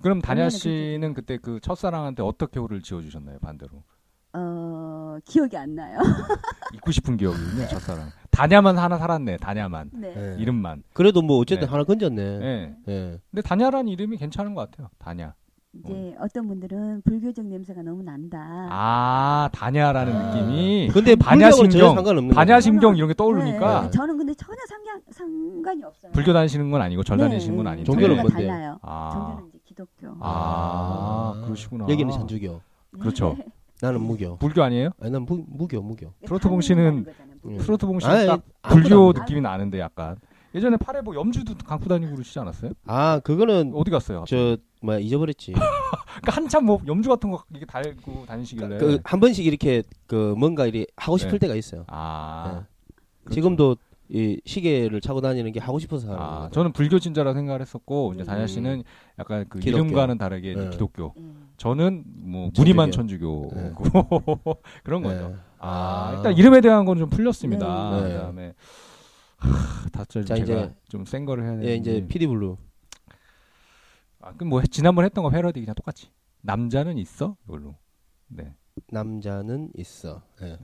[SPEAKER 2] 그럼 다냐
[SPEAKER 4] 그러면은
[SPEAKER 2] 씨는 그때 그 첫사랑한테 어떻게 호를 지어 주셨나요? 반대로.
[SPEAKER 4] 어, 기억이 안 나요.
[SPEAKER 2] 잊고 싶은 기억이군요,
[SPEAKER 3] 네.
[SPEAKER 2] 첫사랑. 다냐만 하나 살았네. 다냐만.
[SPEAKER 4] 네.
[SPEAKER 3] 예.
[SPEAKER 2] 이름만.
[SPEAKER 3] 그래도 뭐 어쨌든
[SPEAKER 2] 네.
[SPEAKER 3] 하나 건졌네.
[SPEAKER 2] 예.
[SPEAKER 3] 예.
[SPEAKER 2] 근데 다냐라는 이름이 괜찮은 것 같아요. 다냐.
[SPEAKER 4] 이제 어떤 분들은 불교적 냄새가 너무 난다.
[SPEAKER 2] 음. 아, 다냐라는 느낌이
[SPEAKER 3] 아. 근데 반야신경 전혀
[SPEAKER 2] 반야신경,
[SPEAKER 3] 상관없는
[SPEAKER 2] 반야심경 이런 게
[SPEAKER 4] 네,
[SPEAKER 2] 떠오르니까
[SPEAKER 4] 네. 저는 근데 전혀 상관 상관이 없어요.
[SPEAKER 2] 불교 다니시는 건 아니고 절
[SPEAKER 4] 네,
[SPEAKER 2] 다니시는 건
[SPEAKER 4] 네.
[SPEAKER 2] 아닌데.
[SPEAKER 3] 종교는 뭐
[SPEAKER 4] 종교가
[SPEAKER 3] 뭔데요?
[SPEAKER 4] 달라요.
[SPEAKER 2] 아.
[SPEAKER 4] 종교는 뭐. 이제 기독교.
[SPEAKER 2] 아, 그러시구나.
[SPEAKER 3] 거죠. 여기는 천주교.
[SPEAKER 2] 그렇죠.
[SPEAKER 3] 나는 무교.
[SPEAKER 2] 불교 아니에요?
[SPEAKER 3] 아니 난 무, 무교 무교.
[SPEAKER 2] 트로트 음. 봉 씨는
[SPEAKER 3] 예.
[SPEAKER 2] 트로트 봉씨
[SPEAKER 3] 아니,
[SPEAKER 2] 딱
[SPEAKER 3] 아무도
[SPEAKER 2] 불교
[SPEAKER 3] 안 돼.
[SPEAKER 2] 느낌이 나는데 약간. 예전에 팔에 뭐 염주도 갖고 다니고 그러시지 않았어요?
[SPEAKER 3] 아 그거는
[SPEAKER 2] 어디 갔어요?
[SPEAKER 3] 저 뭐야 잊어버렸지.
[SPEAKER 2] 그러니까 한참 뭐 염주 같은 거 이게 달고 다니시길래.
[SPEAKER 3] 그 한 번씩 이렇게 그 뭔가 이리 하고 싶을
[SPEAKER 2] 네.
[SPEAKER 3] 때가 있어요.
[SPEAKER 2] 아.
[SPEAKER 3] 네. 지금도 이 시계를 차고 다니는 게 하고 싶어서 하는
[SPEAKER 2] 아,
[SPEAKER 3] 거예요.
[SPEAKER 2] 저는 불교 진자라 생각을 했었고 이제 다냐 씨는 약간 그
[SPEAKER 3] 기독교.
[SPEAKER 2] 이름과는 다르게 이제
[SPEAKER 3] 네.
[SPEAKER 2] 기독교.
[SPEAKER 4] 예.
[SPEAKER 2] 저는 뭐
[SPEAKER 3] 천주교.
[SPEAKER 2] 무늬만 천주교고 그런 거죠.
[SPEAKER 3] 네.
[SPEAKER 2] 아, 일단 이름에 대한 건 좀 풀렸습니다.
[SPEAKER 3] 네. 네.
[SPEAKER 2] 그다음에 하, 다짜
[SPEAKER 3] 자,
[SPEAKER 2] 제가
[SPEAKER 3] 이제-
[SPEAKER 2] 좀 센 거를 해야 되는데.
[SPEAKER 3] 예, 이제 피디 블루.
[SPEAKER 2] 아, 그럼 뭐 지난번 에 했던 거 패러디 그냥 똑같이. 남자는 있어? 이걸로. 네.
[SPEAKER 3] 남자는 있어. 예.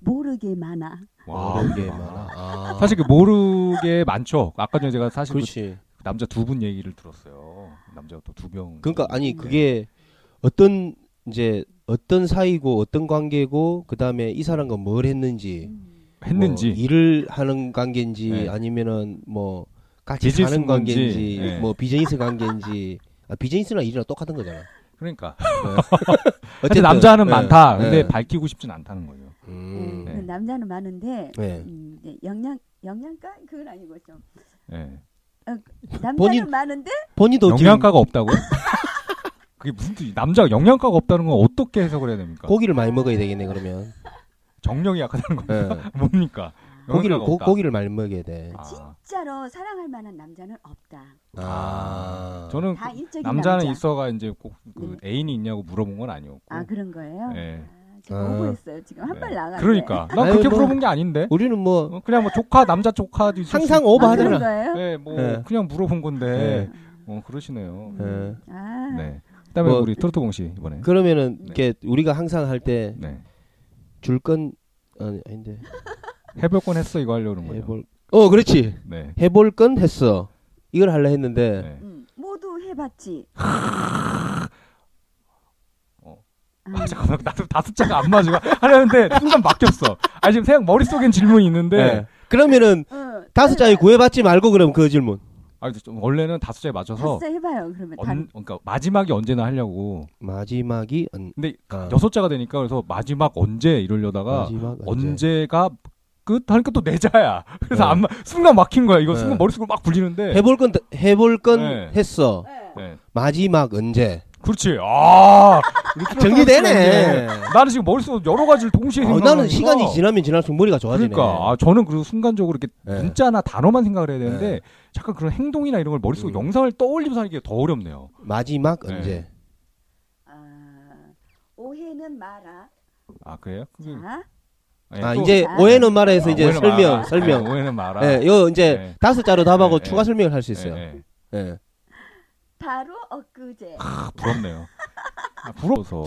[SPEAKER 4] 모르게 많아.
[SPEAKER 3] 모르게 많아. 아.
[SPEAKER 2] 사실 그 모르게 많죠. 아까 전에 제가 사실 그
[SPEAKER 3] 그렇지.
[SPEAKER 2] 남자 두 분 얘기를 들었어요. 남자가 또 두 명.
[SPEAKER 3] 그러니까 아니 그게 어떤 이제 어떤 사이고 어떤 관계고 그 다음에 이 사람과 뭘 했는지
[SPEAKER 2] 했는지.
[SPEAKER 3] 뭐 일을 하는 관계인지
[SPEAKER 2] 네.
[SPEAKER 3] 아니면은 뭐 같이
[SPEAKER 2] 비즈니스
[SPEAKER 3] 사는
[SPEAKER 2] 건지,
[SPEAKER 3] 관계인지
[SPEAKER 2] 네.
[SPEAKER 3] 뭐 비즈니스 관계인지 아, 비즈니스나 일이나 똑같은 거잖아. 네.
[SPEAKER 2] 그러니까.
[SPEAKER 3] 어쨌든,
[SPEAKER 2] 사실 남자는
[SPEAKER 3] 예,
[SPEAKER 2] 많다.
[SPEAKER 3] 예.
[SPEAKER 2] 근데 밝히고 싶진 않다는 거예요.
[SPEAKER 3] 음.
[SPEAKER 2] 네.
[SPEAKER 4] 그 남자는 많은데
[SPEAKER 3] 네.
[SPEAKER 4] 음, 이제 영양 영양가 그건 아니고 좀
[SPEAKER 2] 예.
[SPEAKER 4] 남자는
[SPEAKER 3] 본인-
[SPEAKER 4] 많은데
[SPEAKER 3] 본인도 지금
[SPEAKER 2] 영양가가 없다고요? 그게 무슨 뜻이? 남자가 영양가가 없다는 건 어떻게 해석을 해야 됩니까?
[SPEAKER 3] 고기를 많이 먹어야 되겠네 그러면.
[SPEAKER 2] 정력이 약하다는 건
[SPEAKER 3] 예.
[SPEAKER 2] 뭡니까?
[SPEAKER 3] 고기를
[SPEAKER 2] 영양가가
[SPEAKER 3] 고,
[SPEAKER 2] 없다.
[SPEAKER 3] 고기를 많이 먹어야 돼.
[SPEAKER 2] 아.
[SPEAKER 4] 진짜로 사랑할 만한 남자는 없다.
[SPEAKER 3] 아.
[SPEAKER 2] 저는
[SPEAKER 4] 다 일적인
[SPEAKER 2] 그 남자는
[SPEAKER 4] 남자. 네.
[SPEAKER 2] 있어가 이제 꼭 그 애인이 있냐고 물어본 건 아니었고.
[SPEAKER 4] 아 그런 거예요?
[SPEAKER 2] 예.
[SPEAKER 4] 아, 제가
[SPEAKER 3] 아.
[SPEAKER 4] 오버했어요 지금 한
[SPEAKER 2] 예.
[SPEAKER 4] 발 나가.
[SPEAKER 2] 그러니까 난
[SPEAKER 3] 아유,
[SPEAKER 2] 그렇게
[SPEAKER 3] 뭐.
[SPEAKER 2] 물어본 게 아닌데.
[SPEAKER 3] 우리는 뭐
[SPEAKER 2] 어, 그냥 뭐 조카 남자 조카도 있을
[SPEAKER 3] 항상
[SPEAKER 2] 수-
[SPEAKER 4] 아,
[SPEAKER 3] 오버하잖아.
[SPEAKER 4] 그런 거예요?
[SPEAKER 2] 예, 뭐
[SPEAKER 3] 예.
[SPEAKER 2] 그냥 물어본 건데. 어 그러시네요.
[SPEAKER 3] 예.
[SPEAKER 4] 아,
[SPEAKER 2] 네. 그다음에
[SPEAKER 3] 뭐-
[SPEAKER 2] 우리 트로트 봉씨 이번에.
[SPEAKER 3] 그러면은
[SPEAKER 2] 네.
[SPEAKER 3] 이렇게 우리가 항상 할 때 줄 건
[SPEAKER 2] 네.
[SPEAKER 3] 아니, 아닌데
[SPEAKER 2] 해볼 건 했어 이거 하려는 거죠.
[SPEAKER 3] 해볼 어 그렇지
[SPEAKER 2] 네.
[SPEAKER 3] 해볼 건 했어 이걸 하려 했는데
[SPEAKER 2] 네.
[SPEAKER 4] 음, 모두 해봤지.
[SPEAKER 2] 어.
[SPEAKER 4] 아,
[SPEAKER 2] 아, 잠깐만 나도 다 숫자가 안 맞아 하려는데 순간 막혔어. 아 지금 생각 머릿속엔 질문이 있는데
[SPEAKER 3] 네. 그러면은
[SPEAKER 4] 어,
[SPEAKER 3] 다섯 자리 구해받지 말고 그럼 그 질문
[SPEAKER 2] 아 근데 좀 원래는 다섯 자에 맞춰서
[SPEAKER 4] 다섯 해봐요 그러면
[SPEAKER 2] 언-
[SPEAKER 4] 단
[SPEAKER 2] 그러니까 마지막이 언제나 하려고.
[SPEAKER 3] 마지막이 언,
[SPEAKER 2] 근데
[SPEAKER 3] 아,
[SPEAKER 2] 여섯 자가 되니까 그래서 마지막 언제 이러려다가
[SPEAKER 3] 마지막 언제
[SPEAKER 2] 아, 언제가 끝 하니까 또 내자야. 그래서
[SPEAKER 3] 네.
[SPEAKER 2] 안 마- 순간 막힌 거야. 이거
[SPEAKER 3] 네.
[SPEAKER 2] 순간 머릿속으로 막 굴리는데.
[SPEAKER 3] 해볼 건 해볼 건
[SPEAKER 2] 네.
[SPEAKER 3] 했어
[SPEAKER 4] 네.
[SPEAKER 2] 네.
[SPEAKER 3] 마지막 언제
[SPEAKER 2] 그렇지. 아 이렇게
[SPEAKER 3] 정리되네.
[SPEAKER 2] 생각하는 게 나는 지금 머릿속 여러 가지를 동시에
[SPEAKER 3] 어,
[SPEAKER 2] 생각하는
[SPEAKER 3] 나는 시간이 지나면 지날수록 머리가 좋아지네.
[SPEAKER 2] 그러니까 아, 저는 그리고 순간적으로 이렇게
[SPEAKER 3] 예.
[SPEAKER 2] 문자나 단어만 생각을 해야 되는데
[SPEAKER 3] 네.
[SPEAKER 2] 잠깐 그런 행동이나 이런 걸 머릿속에
[SPEAKER 3] 음.
[SPEAKER 2] 영상을 떠올리면서 하는 게 더 어렵네요.
[SPEAKER 3] 마지막
[SPEAKER 2] 네.
[SPEAKER 3] 언제?
[SPEAKER 4] 아, 오해는 마라.
[SPEAKER 2] 아 그래요? 그게-
[SPEAKER 4] 자,
[SPEAKER 2] 예,
[SPEAKER 3] 아
[SPEAKER 2] 또-
[SPEAKER 3] 이제
[SPEAKER 4] 아,
[SPEAKER 3] 오해는 말에서
[SPEAKER 2] 아,
[SPEAKER 3] 이제
[SPEAKER 2] 오해는
[SPEAKER 3] 설명
[SPEAKER 2] 마라.
[SPEAKER 3] 설명.
[SPEAKER 2] 예, 오해는 마라.
[SPEAKER 3] 예, 이거 이제
[SPEAKER 2] 네.
[SPEAKER 3] 다섯 자로 답하고
[SPEAKER 2] 네,
[SPEAKER 3] 추가
[SPEAKER 2] 네.
[SPEAKER 3] 설명을 할 수
[SPEAKER 2] 예,
[SPEAKER 3] 있어요. 예,
[SPEAKER 2] 예.
[SPEAKER 4] 바로 엊그제.
[SPEAKER 2] 아, 부럽네요. 아, 부러워서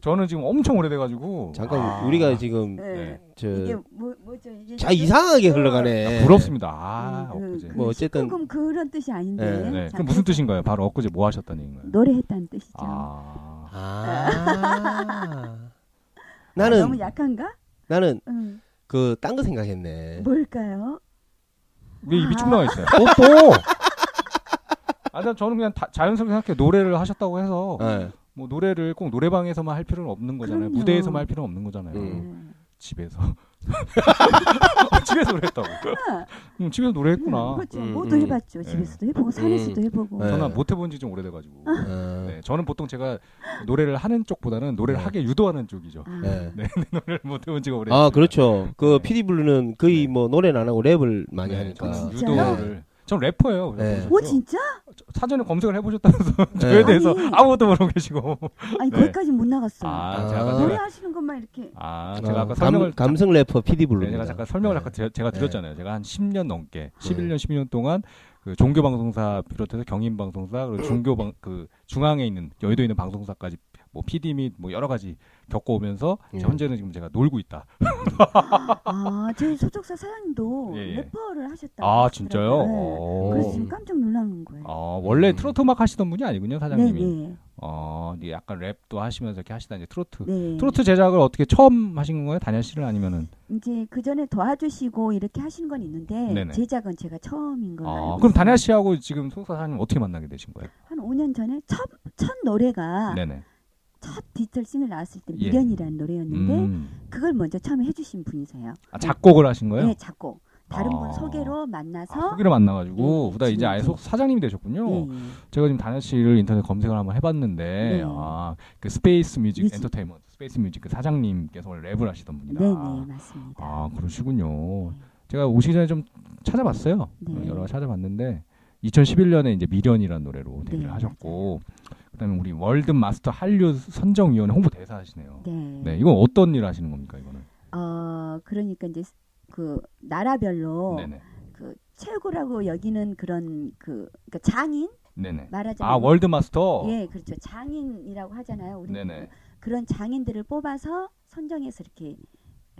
[SPEAKER 2] 저는 지금 엄청 오래돼가지고
[SPEAKER 3] 잠깐
[SPEAKER 2] 아,
[SPEAKER 3] 우리가 지금
[SPEAKER 4] 예.
[SPEAKER 2] 네.
[SPEAKER 4] 이게
[SPEAKER 3] 저
[SPEAKER 4] 뭐 뭐죠 이게?
[SPEAKER 3] 자 이상하게 흘러가네.
[SPEAKER 2] 부럽습니다. 아,
[SPEAKER 4] 음, 그-
[SPEAKER 2] 엊그제.
[SPEAKER 4] 그
[SPEAKER 3] 뭐 어쨌든-
[SPEAKER 4] 그럼 그런 뜻이 아닌데.
[SPEAKER 3] 네,
[SPEAKER 2] 네.
[SPEAKER 4] 자,
[SPEAKER 2] 그럼 무슨 뜻인가요? 바로 엊그제 뭐 하셨다는 얘기인가요?
[SPEAKER 4] 노래했다는 뜻이죠.
[SPEAKER 2] 아.
[SPEAKER 3] 아.
[SPEAKER 4] 너무
[SPEAKER 3] 나는
[SPEAKER 4] 약한가?
[SPEAKER 3] 나는
[SPEAKER 4] 응.
[SPEAKER 3] 그 딴 거 생각했네.
[SPEAKER 4] 뭐, 뭘까요?
[SPEAKER 2] 왜 입이
[SPEAKER 4] 아.
[SPEAKER 2] 쭉 나와 있어요? 또 또. 아, 난 저는 그냥 다- 자연스럽게 생각해 노래를 하셨다고 해서
[SPEAKER 3] 예.
[SPEAKER 2] 뭐 노래를 꼭 노래방에서만 할 필요는 없는 거잖아요.
[SPEAKER 4] 그럼요.
[SPEAKER 2] 무대에서만 할 필요는 없는 거잖아요.
[SPEAKER 3] 음.
[SPEAKER 4] 네.
[SPEAKER 2] 집에서 집에서 노래했다고.
[SPEAKER 4] 아.
[SPEAKER 2] 음, 집에서 노래했구나. 네.
[SPEAKER 4] 그렇죠.
[SPEAKER 3] 음,
[SPEAKER 4] 모두
[SPEAKER 3] 음.
[SPEAKER 4] 해봤죠. 집에서도
[SPEAKER 2] 음.
[SPEAKER 4] 해보고 산에서도 해보고.
[SPEAKER 3] 네.
[SPEAKER 2] 저는 못 해본 지 좀 오래돼가지고.
[SPEAKER 4] 아.
[SPEAKER 3] 어,
[SPEAKER 2] 네, 저는 보통 제가 노래를 하는 쪽보다는 노래를
[SPEAKER 3] 네.
[SPEAKER 2] 하게 유도하는 쪽이죠.
[SPEAKER 4] 아,
[SPEAKER 3] 예.
[SPEAKER 2] 네, 노래를 못 해본 지가 오래.
[SPEAKER 3] 아 그렇죠.
[SPEAKER 2] 네.
[SPEAKER 3] 그 피디 블루는 거의 뭐 노래는 안 하고 랩을 많이
[SPEAKER 2] 네,
[SPEAKER 3] 하니까.
[SPEAKER 2] 저는
[SPEAKER 4] 진짜요?
[SPEAKER 2] 유도를. 전 래퍼예요.
[SPEAKER 3] 네.
[SPEAKER 2] 보셨죠?
[SPEAKER 4] 오 진짜?
[SPEAKER 2] 저- 사전에 검색을 해보셨다면서
[SPEAKER 3] 네.
[SPEAKER 2] 저에 대해서
[SPEAKER 4] 아니.
[SPEAKER 2] 아무것도 모르고 계시고.
[SPEAKER 4] 아니
[SPEAKER 2] 네.
[SPEAKER 4] 거기까지 못 나갔어. 요
[SPEAKER 2] 아,
[SPEAKER 3] 아.
[SPEAKER 2] 제가 아까
[SPEAKER 4] 노래
[SPEAKER 2] 제가,
[SPEAKER 4] 하시는 것만 이렇게.
[SPEAKER 2] 아, 제가
[SPEAKER 3] 어,
[SPEAKER 2] 아까
[SPEAKER 3] 감-
[SPEAKER 2] 설명을
[SPEAKER 3] 감성 래퍼 피디 블루.
[SPEAKER 2] 네, 제가 잠깐 설명을 아까 제- 제가
[SPEAKER 3] 네.
[SPEAKER 2] 드렸잖아요. 제가 한 10년 넘게 11년 12년 동안 그 종교 방송사 비롯해서 경인 방송사 그리고 종교 방그 중앙에 있는 여의도에 있는 방송사까지 뭐 PD 및 뭐 여러 가지 겪어오면서
[SPEAKER 3] 예.
[SPEAKER 2] 현재는 지금 제가 놀고 있다.
[SPEAKER 4] 아, 저희 소속사 사장님도
[SPEAKER 2] 예, 예.
[SPEAKER 4] 래퍼를 하셨다고.
[SPEAKER 2] 아 진짜요?
[SPEAKER 4] 하더라고요. 네.
[SPEAKER 2] 오.
[SPEAKER 4] 그래서 지금 깜짝 놀라는 거예요.
[SPEAKER 2] 아, 원래
[SPEAKER 3] 음.
[SPEAKER 2] 트로트 음악 하시던 분이 아니군요
[SPEAKER 4] 네,
[SPEAKER 2] 사장님이.
[SPEAKER 4] 네,
[SPEAKER 2] 어 이제 약간 랩도 하시면서 이렇게 하시다 이제 트로트.
[SPEAKER 4] 네.
[SPEAKER 2] 트로트 제작을 어떻게 처음 하신 거예요? 단연 씨를 아니면은?
[SPEAKER 4] 이제 그 전에 도와주시고 이렇게 하신 건 있는데
[SPEAKER 2] 네네.
[SPEAKER 4] 제작은 제가 처음인 건
[SPEAKER 2] 아,
[SPEAKER 4] 알고
[SPEAKER 2] 그럼
[SPEAKER 4] 있어요.
[SPEAKER 2] 단연 씨하고 지금 소속사 사장님 어떻게 만나게 되신 거예요?
[SPEAKER 4] 한 5년 전에 첫, 첫 노래가
[SPEAKER 2] 네네.
[SPEAKER 4] 첫 디지털 싱글 나왔을 때
[SPEAKER 2] 예.
[SPEAKER 4] 미련이라는 노래였는데
[SPEAKER 2] 음.
[SPEAKER 4] 그걸 먼저 처음에 해주신 분이세요.
[SPEAKER 2] 아, 작곡을 하신 거예요?
[SPEAKER 4] 네, 작곡. 다른
[SPEAKER 2] 아.
[SPEAKER 4] 분 소개로
[SPEAKER 2] 아,
[SPEAKER 4] 만나서
[SPEAKER 2] 후기를 만나가지고
[SPEAKER 4] 예,
[SPEAKER 2] 후다 이제
[SPEAKER 4] 지금
[SPEAKER 2] 아예
[SPEAKER 4] 이제-
[SPEAKER 2] 속 사장님이 되셨군요.
[SPEAKER 4] 예,
[SPEAKER 2] 제가 지금 다현 씨를 인터넷 검색을 한번 해봤는데
[SPEAKER 4] 네.
[SPEAKER 2] 아그 스페이스 뮤직
[SPEAKER 4] 뮤직.
[SPEAKER 2] 엔터테인먼트 스페이스 뮤직 그 사장님께서 원래 랩을 하시던
[SPEAKER 4] 네,
[SPEAKER 2] 분이다.
[SPEAKER 4] 네, 맞습니다.
[SPEAKER 2] 아 그러시군요. 제가 오시기 전에 좀 찾아봤어요.
[SPEAKER 4] 네.
[SPEAKER 2] 여러 가지 찾아봤는데 2011년에 이제 미련이라는 노래로 데뷔를
[SPEAKER 4] 네,
[SPEAKER 2] 하셨고 그다음에 우리 월드 마스터 한류 선정위원회 홍보 대사 하시네요.
[SPEAKER 4] 네.
[SPEAKER 2] 네, 이건 어떤 일 하시는 겁니까 이거는?
[SPEAKER 4] 어, 그러니까 이제 그 나라별로
[SPEAKER 2] 네네.
[SPEAKER 4] 그 최고라고 여기는 그런 그 그러니까 장인
[SPEAKER 2] 네네.
[SPEAKER 4] 말하자면
[SPEAKER 2] 아 월드 마스터.
[SPEAKER 4] 예, 그렇죠. 장인이라고 하잖아요. 우리 뭐.
[SPEAKER 2] 네네.
[SPEAKER 4] 그런 장인들을 뽑아서 선정해서 이렇게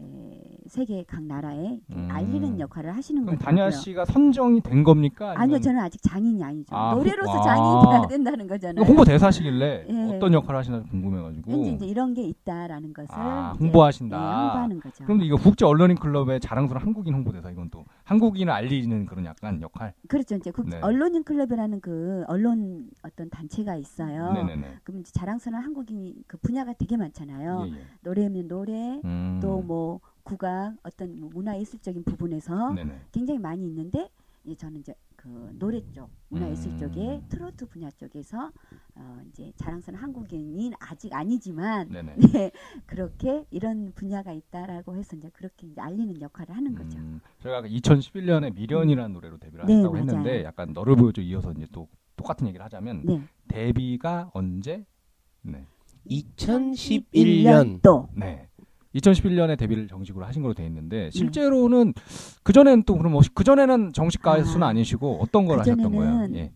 [SPEAKER 4] 에, 세계 각 나라에 이렇게
[SPEAKER 2] 음.
[SPEAKER 4] 알리는 역할을 하시는
[SPEAKER 2] 그럼
[SPEAKER 4] 거예요.
[SPEAKER 2] 단야 씨가 선정이 된 겁니까? 아니면
[SPEAKER 4] 음, 아니요, 저는 아직 장인이 아니죠.
[SPEAKER 2] 아,
[SPEAKER 4] 노래로서
[SPEAKER 2] 아.
[SPEAKER 4] 장인이 돼야 된다는 거잖아요.
[SPEAKER 2] 홍보 대사시길래
[SPEAKER 4] 예.
[SPEAKER 2] 어떤 역할을 하시나 궁금해가지고.
[SPEAKER 4] 왠지 이제 이런 게 있다라는 것을
[SPEAKER 2] 아,
[SPEAKER 4] 이제,
[SPEAKER 2] 홍보하신다.
[SPEAKER 4] 예, 홍보하는 거죠.
[SPEAKER 2] 그럼 이거 국제 언론인 클럽의 자랑스러운 한국인 홍보 대사 이건 또 한국인을 알리는 그런 약간 역할.
[SPEAKER 4] 그렇죠. 이제 국,
[SPEAKER 2] 네.
[SPEAKER 4] 언론인 클럽이라는 그 언론 어떤 단체가 있어요.
[SPEAKER 2] 네네네.
[SPEAKER 4] 그럼 이제 자랑스러운 한국인 그 분야가 되게 많잖아요.
[SPEAKER 2] 예, 예.
[SPEAKER 4] 노래면 노래,
[SPEAKER 2] 음.
[SPEAKER 4] 어. 또 뭐 국악 어떤 뭐 문화예술적인 부분에서
[SPEAKER 2] 네네.
[SPEAKER 4] 굉장히 많이 있는데 이제 저는 이제 그 노래 쪽 문화예술
[SPEAKER 2] 음.
[SPEAKER 4] 쪽에 트로트 분야 쪽에서 어 이제 자랑스러운 한국인인 아직 아니지만
[SPEAKER 2] 네네.
[SPEAKER 4] 예, 그렇게 이런 분야가 있다라고 해서 이제 그렇게 이제 알리는 역할을 하는 거죠.
[SPEAKER 2] 음, 저희가 2011년에 미련이라는 노래로 데뷔를
[SPEAKER 4] 그렇죠. 네,
[SPEAKER 2] 하셨다고
[SPEAKER 4] 맞아요.
[SPEAKER 2] 했는데 약간 너를 보여줘 이어서 이제 또 똑같은 얘기를 하자면
[SPEAKER 4] 네.
[SPEAKER 2] 데뷔가 언제? 네.
[SPEAKER 3] 2011년
[SPEAKER 4] 또
[SPEAKER 2] 네. 2011년에 데뷔를 정식으로 하신 걸로 돼 있는데 실제로는 그 전에는 또 그럼 그 전에는 정식 가수는
[SPEAKER 4] 아.
[SPEAKER 2] 아니시고 어떤 걸 하셨던 거예요?
[SPEAKER 4] 그전에는
[SPEAKER 2] 예.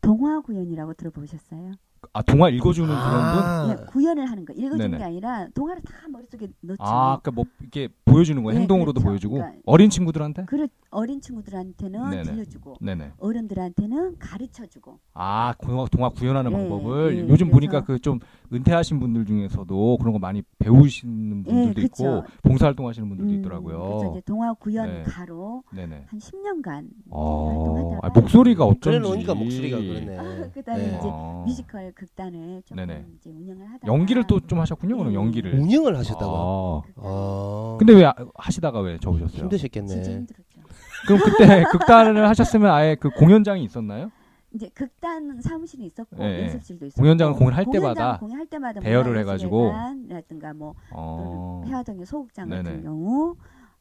[SPEAKER 4] 동화 구연이라고 들어보셨어요?
[SPEAKER 2] 아 동화 읽어주는 그런 분?
[SPEAKER 3] 아,
[SPEAKER 4] 예, 구연을 하는 거 읽어주는
[SPEAKER 2] 네네.
[SPEAKER 4] 게 아니라 동화를 다 머릿속에 넣지.
[SPEAKER 2] 아, 그러니까 뭐 이게 보여주는 거예요.
[SPEAKER 4] 그렇죠. 네,
[SPEAKER 2] 행동으로도
[SPEAKER 4] 그렇죠.
[SPEAKER 2] 보여주고
[SPEAKER 4] 그러니까-
[SPEAKER 2] 어린 친구들한테?
[SPEAKER 4] 그렇 어린 친구들한테는
[SPEAKER 2] 네네.
[SPEAKER 4] 들려주고
[SPEAKER 2] 네네.
[SPEAKER 4] 어른들한테는 가르쳐주고
[SPEAKER 2] 아 동화 동화 구현하는
[SPEAKER 4] 네,
[SPEAKER 2] 방법을
[SPEAKER 4] 네,
[SPEAKER 2] 요즘
[SPEAKER 4] 그래서-
[SPEAKER 2] 보니까 그 좀 은퇴하신 분들 중에서도 그런 거 많이 배우시는 분들도
[SPEAKER 4] 네, 그쵸.
[SPEAKER 2] 있고 봉사활동하시는 분들도
[SPEAKER 4] 음, 그래서
[SPEAKER 2] 있더라고요.
[SPEAKER 4] 이제 동화
[SPEAKER 2] 네.
[SPEAKER 4] 구연가로
[SPEAKER 2] 네네.
[SPEAKER 4] 한 10년간
[SPEAKER 2] 어,
[SPEAKER 4] 활동하다가
[SPEAKER 2] 아, 목소리가 어쩐지.
[SPEAKER 3] 그래 놓으니까 목소리가
[SPEAKER 4] 아,
[SPEAKER 3] 그렇네.
[SPEAKER 4] 그다음에
[SPEAKER 3] 네.
[SPEAKER 4] 이제
[SPEAKER 2] 아.
[SPEAKER 4] 뮤지컬 극단을 조금
[SPEAKER 2] 네네.
[SPEAKER 4] 이제 운영을 하다가
[SPEAKER 2] 연기를
[SPEAKER 4] 아.
[SPEAKER 2] 또 좀 하셨군요. 그럼 연기를.
[SPEAKER 4] 음.
[SPEAKER 3] 운영을 하셨다고.
[SPEAKER 2] 아.
[SPEAKER 3] 아,
[SPEAKER 2] 근데 왜 아- 하시다가 왜 접으셨어요?
[SPEAKER 4] 진짜
[SPEAKER 3] 힘드셨겠네.
[SPEAKER 4] 힘들었죠.
[SPEAKER 2] 그럼 그때 극단을 하셨으면 아예 그 공연장이 있었나요?
[SPEAKER 4] 이제 극단 사무실이 있었고
[SPEAKER 2] 예, 예.
[SPEAKER 4] 연습실도 있었고
[SPEAKER 2] 공연장은 공연할 때마다
[SPEAKER 4] 공연할 때마다
[SPEAKER 2] 배열을 해가지고.
[SPEAKER 4] 라든가 뭐
[SPEAKER 2] 어.
[SPEAKER 4] 회화동의 소극장
[SPEAKER 2] 네네.
[SPEAKER 4] 같은 경우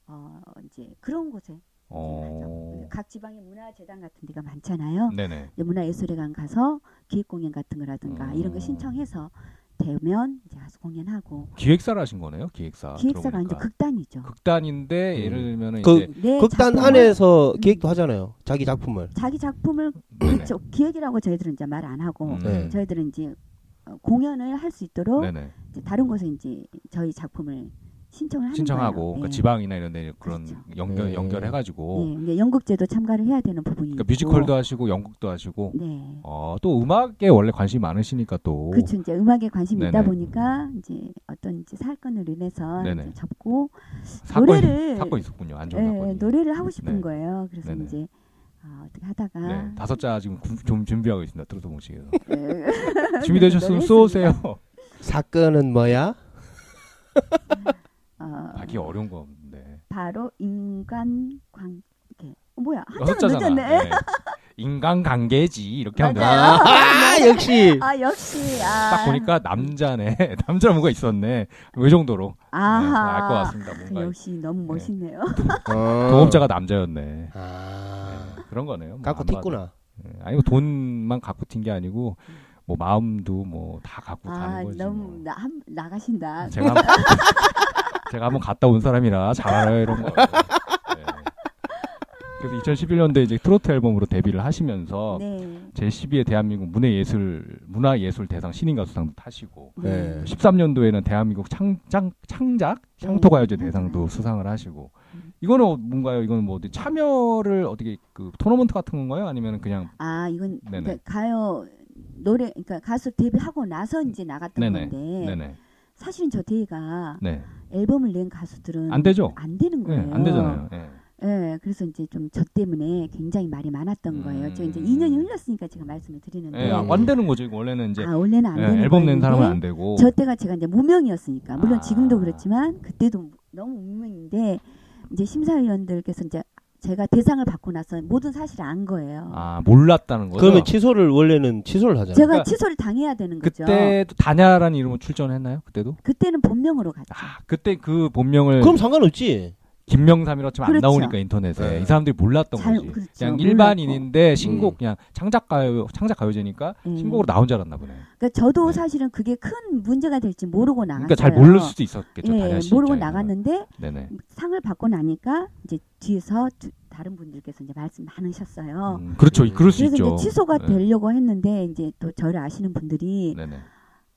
[SPEAKER 4] 어 이제 그런 곳에 그
[SPEAKER 2] 어.
[SPEAKER 4] 각 지방의 문화재단 같은 데가 많잖아요.
[SPEAKER 2] 네네.
[SPEAKER 4] 이제 문화예술회관 가서 기획공연 같은 거라든가
[SPEAKER 2] 음.
[SPEAKER 4] 이런 거 신청해서 되면 이제 가서 공연하고
[SPEAKER 2] 기획사를 하신 거네요. 기획사.
[SPEAKER 4] 기획사가 이제
[SPEAKER 2] 아, 들어보니까.
[SPEAKER 4] 극단이죠.
[SPEAKER 2] 극단인데
[SPEAKER 3] 음.
[SPEAKER 2] 예를 들면은
[SPEAKER 3] 그-
[SPEAKER 2] 이제
[SPEAKER 4] 내
[SPEAKER 3] 극단
[SPEAKER 4] 작품을
[SPEAKER 3] 안에서 기획도 하잖아요. 자기 작품을.
[SPEAKER 4] 자기 작품을
[SPEAKER 2] 네네.
[SPEAKER 4] 저- 기획이라고 저희들은 이제 말 안 하고
[SPEAKER 2] 음.
[SPEAKER 3] 네.
[SPEAKER 4] 저희들은 이제 어, 공연을 할 수 있도록
[SPEAKER 2] 네네.
[SPEAKER 4] 이제 다른 곳에 이제 저희 작품을 신청을 하는
[SPEAKER 2] 신청하고
[SPEAKER 4] 거예요.
[SPEAKER 2] 그러니까
[SPEAKER 4] 예.
[SPEAKER 2] 지방이나 이런 데 그런
[SPEAKER 4] 그렇죠.
[SPEAKER 2] 연결
[SPEAKER 3] 예.
[SPEAKER 2] 연결해 가지고
[SPEAKER 4] 예, 이제 연극제도 참가를 해야 되는 부분이
[SPEAKER 2] 그러니까
[SPEAKER 4] 있고.
[SPEAKER 2] 뮤지컬도 하시고 연극도 하시고
[SPEAKER 4] 네.
[SPEAKER 2] 어, 또 음악에 원래 관심이 많으시니까 또
[SPEAKER 4] 그렇죠. 이제 음악에 관심이 있다
[SPEAKER 2] 네네.
[SPEAKER 4] 보니까 이제 어떤 이제 사건으로 인해서
[SPEAKER 2] 네네.
[SPEAKER 4] 이제 접고
[SPEAKER 2] 사건이
[SPEAKER 4] 노래를-
[SPEAKER 2] 사건이 있었군요. 안 좋은
[SPEAKER 4] 예,
[SPEAKER 2] 사건이.
[SPEAKER 4] 노래를 하고 싶은
[SPEAKER 2] 네.
[SPEAKER 4] 거예요. 그래서
[SPEAKER 2] 네네.
[SPEAKER 4] 이제 아, 어떻게 하다가
[SPEAKER 2] 네, 다섯 자 지금 구- 좀 준비하고 있습니다. 트로트봉 씨에서
[SPEAKER 4] 예,
[SPEAKER 2] 준비되셨으면
[SPEAKER 4] 노래했습니다.
[SPEAKER 2] 쏘세요.
[SPEAKER 3] 사건은 뭐야?
[SPEAKER 4] 어,
[SPEAKER 2] 하기 아, 어려운 거 없는데.
[SPEAKER 4] 바로 인간 관 이렇게 어, 뭐야
[SPEAKER 2] 여섯
[SPEAKER 4] 한참
[SPEAKER 2] 자잖아.
[SPEAKER 4] 늦었네.
[SPEAKER 2] 네. 인간관계지 이렇게 하면 되나?
[SPEAKER 4] 맞아요.
[SPEAKER 3] 아, 역시.
[SPEAKER 4] 아 역시 아.
[SPEAKER 2] 딱 보니까 남자네. 남자 뭔가 있었네. 이 정도로
[SPEAKER 4] 아하.
[SPEAKER 2] 네, 알 것 같습니다. 뭔가
[SPEAKER 4] 역시 너무 멋있네요.
[SPEAKER 3] 어.
[SPEAKER 2] 동업자가 남자였네.
[SPEAKER 3] 아.
[SPEAKER 2] 네, 그런 거네요. 뭐
[SPEAKER 3] 갖고
[SPEAKER 2] 안 봐도.
[SPEAKER 3] 튀구나.
[SPEAKER 2] 네, 아니고 돈만 갖고 튄 게 아니고 뭐 마음도 뭐 다 갖고
[SPEAKER 4] 음. 아
[SPEAKER 2] 가는 거지.
[SPEAKER 4] 너무
[SPEAKER 2] 뭐. 음,
[SPEAKER 4] 나, 한, 나가신다.
[SPEAKER 2] 제가 한번, 제가 한번 갔다 온 사람이라 잘 알아요 이런 거. 네. 그래서 2011년도에 이제 트로트 앨범으로 데뷔를 하시면서
[SPEAKER 4] 네.
[SPEAKER 2] 제12회 대한민국 문예예술 문화예술 대상 신인 가수상도 타시고
[SPEAKER 4] 음.
[SPEAKER 3] 네.
[SPEAKER 2] 13년도에는 대한민국 창작 창작 향토가요제 대상도 수상을 하시고
[SPEAKER 4] 음.
[SPEAKER 2] 이거는 어- 뭔가요? 이거는 뭐 어디 참여를 어떻게 그 토너먼트 같은 건가요? 아니면 그냥
[SPEAKER 4] 아 이건
[SPEAKER 2] 네네.
[SPEAKER 4] 그러니까 가요 노래 그러니까 가수 데뷔하고 나서 이제 나갔던
[SPEAKER 2] 네네
[SPEAKER 4] 건데
[SPEAKER 2] 네네
[SPEAKER 4] 사실은 저 대회가
[SPEAKER 2] 네.
[SPEAKER 4] 앨범을 낸 가수들은
[SPEAKER 2] 안 되죠?
[SPEAKER 4] 안 되는
[SPEAKER 2] 네,
[SPEAKER 4] 거예요.
[SPEAKER 2] 안 되잖아요. 예.
[SPEAKER 4] 예, 그래서 이제 좀 저 때문에 굉장히 말이 많았던
[SPEAKER 2] 음.
[SPEAKER 4] 거예요. 저 이제 2년이 흘렀으니까 제가 말씀을 드리는데
[SPEAKER 2] 예, 아, 안 되는 거죠. 이거 원래는 이제
[SPEAKER 4] 네. 아 원래는 안
[SPEAKER 2] 예,
[SPEAKER 4] 되는
[SPEAKER 2] 앨범 낸
[SPEAKER 4] 거였는데
[SPEAKER 2] 사람은 안 되고
[SPEAKER 4] 저 때가 제가 이제 무명이었으니까 물론
[SPEAKER 2] 아.
[SPEAKER 4] 지금도 그렇지만 그때도 너무 무명인데 이제 심사위원들께서 이제 제가 대상을 받고 나서 모든 사실을 안 거예요.
[SPEAKER 2] 아 몰랐다는 거죠.
[SPEAKER 3] 그러면 취소를 원래는 취소를 하잖아요.
[SPEAKER 4] 제가
[SPEAKER 2] 그러니까
[SPEAKER 4] 취소를 당해야 되는 거죠.
[SPEAKER 2] 그때도 다냐라는 이름으로 출전했나요? 그때도?
[SPEAKER 4] 그때는 본명으로 갔죠.
[SPEAKER 2] 아 그때 그 본명을
[SPEAKER 3] 그럼 상관없지.
[SPEAKER 2] 김명삼이라 치면
[SPEAKER 4] 그렇죠.
[SPEAKER 2] 안 나오니까 인터넷에
[SPEAKER 3] 네.
[SPEAKER 2] 이 사람들이 몰랐던
[SPEAKER 4] 잘-
[SPEAKER 2] 거지.
[SPEAKER 4] 그렇죠.
[SPEAKER 2] 그냥
[SPEAKER 4] 몰랐고.
[SPEAKER 2] 일반인인데 신곡
[SPEAKER 3] 음.
[SPEAKER 2] 그냥 창작 가요 창작 가요제니까
[SPEAKER 4] 음.
[SPEAKER 2] 신곡으로 나온 줄 알았나 보네.
[SPEAKER 4] 그러니까 저도
[SPEAKER 2] 네.
[SPEAKER 4] 사실은 그게 큰 문제가 될지 모르고 나갔어요.
[SPEAKER 2] 그러니까 잘 모를 수도 있었겠죠.
[SPEAKER 4] 예,
[SPEAKER 2] 다냐 씨
[SPEAKER 4] 모르고
[SPEAKER 2] 입장에서는.
[SPEAKER 4] 나갔는데
[SPEAKER 2] 네네.
[SPEAKER 4] 상을 받고 나니까 이제 뒤에서 두- 다른 분들께서 이제 말씀 많으셨어요.
[SPEAKER 2] 음, 그렇죠.
[SPEAKER 3] 음.
[SPEAKER 2] 그럴 수
[SPEAKER 4] 그래서
[SPEAKER 2] 있죠.
[SPEAKER 4] 이제 취소가
[SPEAKER 2] 네.
[SPEAKER 4] 되려고 했는데 이제 또 저를 아시는 분들이
[SPEAKER 2] 네네.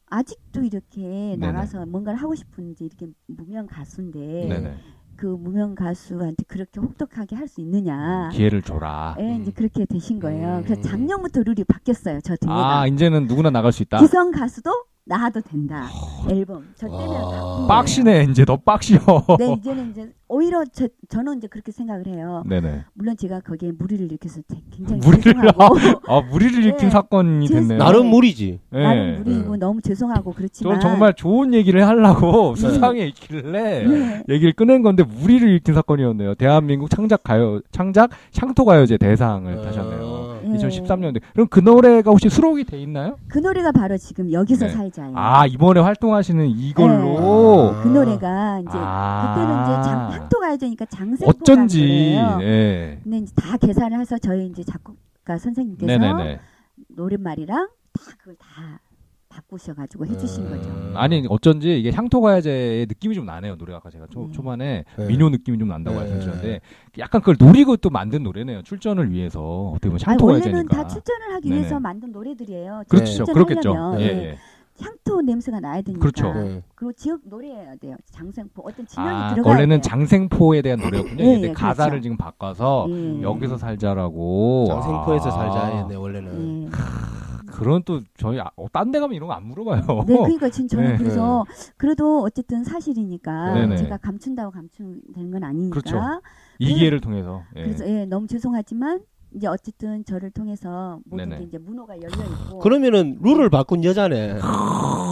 [SPEAKER 4] 아직도 이렇게 나가서 뭔가를 하고 싶은지 이렇게 무명 가수인데
[SPEAKER 2] 네네.
[SPEAKER 4] 그 무명 가수한테 그렇게 혹독하게 할 수 있느냐.
[SPEAKER 2] 기회를 줘라.
[SPEAKER 4] 예, 이제 그렇게 되신 거예요.
[SPEAKER 3] 음.
[SPEAKER 4] 그래서 작년부터 룰이 바뀌었어요. 저
[SPEAKER 2] 아
[SPEAKER 4] 등에가
[SPEAKER 2] 이제는 누구나 나갈 수 있다.
[SPEAKER 4] 기성 가수도 나와도 된다. 앨범 저 때문에
[SPEAKER 3] 와.
[SPEAKER 4] 바꾼 거예요.
[SPEAKER 2] 빡시네 이제 더 빡시어.
[SPEAKER 4] 네, 이제는 이제 오히려 저, 저는 이제 그렇게 생각을 해요.
[SPEAKER 2] 네네.
[SPEAKER 4] 물론 제가 거기에 무리를 일으켜서 되- 굉장히
[SPEAKER 2] 무리를
[SPEAKER 4] 죄송하고
[SPEAKER 2] 아 무리를 일으킨
[SPEAKER 4] 네.
[SPEAKER 2] 사건이
[SPEAKER 4] 제-
[SPEAKER 2] 됐네요.
[SPEAKER 4] 나름
[SPEAKER 3] 나름 무리지.
[SPEAKER 2] 예.
[SPEAKER 4] 나름 무리이고
[SPEAKER 3] 네.
[SPEAKER 4] 너무 죄송하고 그렇지만
[SPEAKER 2] 저 정말 좋은 얘기를 하려고
[SPEAKER 4] 네.
[SPEAKER 2] 수상에 있길래
[SPEAKER 4] 네.
[SPEAKER 2] 얘기를 꺼낸 건데 무리를 일으킨 사건이었네요. 대한민국 창작 가요 창작 향토 가요제 대상을
[SPEAKER 3] 아.
[SPEAKER 2] 타셨네요.
[SPEAKER 4] 예.
[SPEAKER 2] 2013년도에 그럼 그 노래가 혹시 수록이 돼 있나요?
[SPEAKER 4] 그 노래가 바로 지금 여기서
[SPEAKER 2] 네.
[SPEAKER 4] 살자예요.
[SPEAKER 2] 아 이번에 활동하시는 이걸로
[SPEAKER 3] 아.
[SPEAKER 4] 그 노래가 이제
[SPEAKER 2] 아.
[SPEAKER 4] 그때는 이제 장, 학토 가야 되니까 장생포가
[SPEAKER 2] 어쩐지
[SPEAKER 4] 노래예요.
[SPEAKER 2] 예.
[SPEAKER 4] 근데 이제 다 계산을 해서 저희 이제 작곡가 선생님께서
[SPEAKER 2] 네네네
[SPEAKER 4] 노랫말이랑 다 그걸 다 바꾸셔가지고 해주신 거죠.
[SPEAKER 3] 음.
[SPEAKER 2] 아니 어쩐지 이게 향토 가야제의 느낌이 좀 나네요 노래가 아까 제가 초,
[SPEAKER 4] 네.
[SPEAKER 2] 초반에
[SPEAKER 3] 네.
[SPEAKER 2] 민요 느낌이 좀 난다고
[SPEAKER 3] 네.
[SPEAKER 2] 말씀드렸는데 약간 그걸 노리고 또 만든 노래네요 출전을 위해서 어떻게 보면
[SPEAKER 4] 아니,
[SPEAKER 2] 향토
[SPEAKER 4] 원래는
[SPEAKER 2] 가야제니까
[SPEAKER 4] 다 출전을 하기
[SPEAKER 2] 네네.
[SPEAKER 4] 위해서 만든 노래들이에요.
[SPEAKER 2] 그렇죠
[SPEAKER 4] 출전을
[SPEAKER 2] 그렇겠죠
[SPEAKER 4] 하려면,
[SPEAKER 2] 예,
[SPEAKER 4] 예.
[SPEAKER 2] 예.
[SPEAKER 4] 향토 냄새가 나야 되니까.
[SPEAKER 2] 그렇죠.
[SPEAKER 3] 네.
[SPEAKER 4] 그리고 지역 노래여야 돼요. 네, 장생포 어떤 지명이
[SPEAKER 2] 아,
[SPEAKER 4] 들어가야
[SPEAKER 2] 원래는
[SPEAKER 4] 돼요.
[SPEAKER 2] 장생포에 대한 노래였군요.
[SPEAKER 4] 예, 예,
[SPEAKER 2] 근데
[SPEAKER 4] 그렇죠.
[SPEAKER 2] 가사를 지금 바꿔서
[SPEAKER 4] 예.
[SPEAKER 2] 여기서 살자라고.
[SPEAKER 3] 장생포에서
[SPEAKER 2] 아,
[SPEAKER 3] 살자 했네 원래는.
[SPEAKER 2] 음.
[SPEAKER 4] 예.
[SPEAKER 2] 그런 또 저희 아, 어, 딴데 가면 이런 거 안 물어봐요.
[SPEAKER 4] 네, 그러니까 지금 저는
[SPEAKER 2] 네.
[SPEAKER 4] 그래서 그래도 어쨌든 사실이니까
[SPEAKER 2] 네네.
[SPEAKER 4] 제가 감춘다고 감춘되는 건 아니니까
[SPEAKER 2] 그렇죠. 이 기회를 통해서. 예.
[SPEAKER 4] 그래서 예, 너무 죄송하지만 이제 어쨌든 저를 통해서 모든
[SPEAKER 2] 네네.
[SPEAKER 4] 게 이제 문호가 열려 있고
[SPEAKER 3] 그러면은 룰을 바꾼 여자네.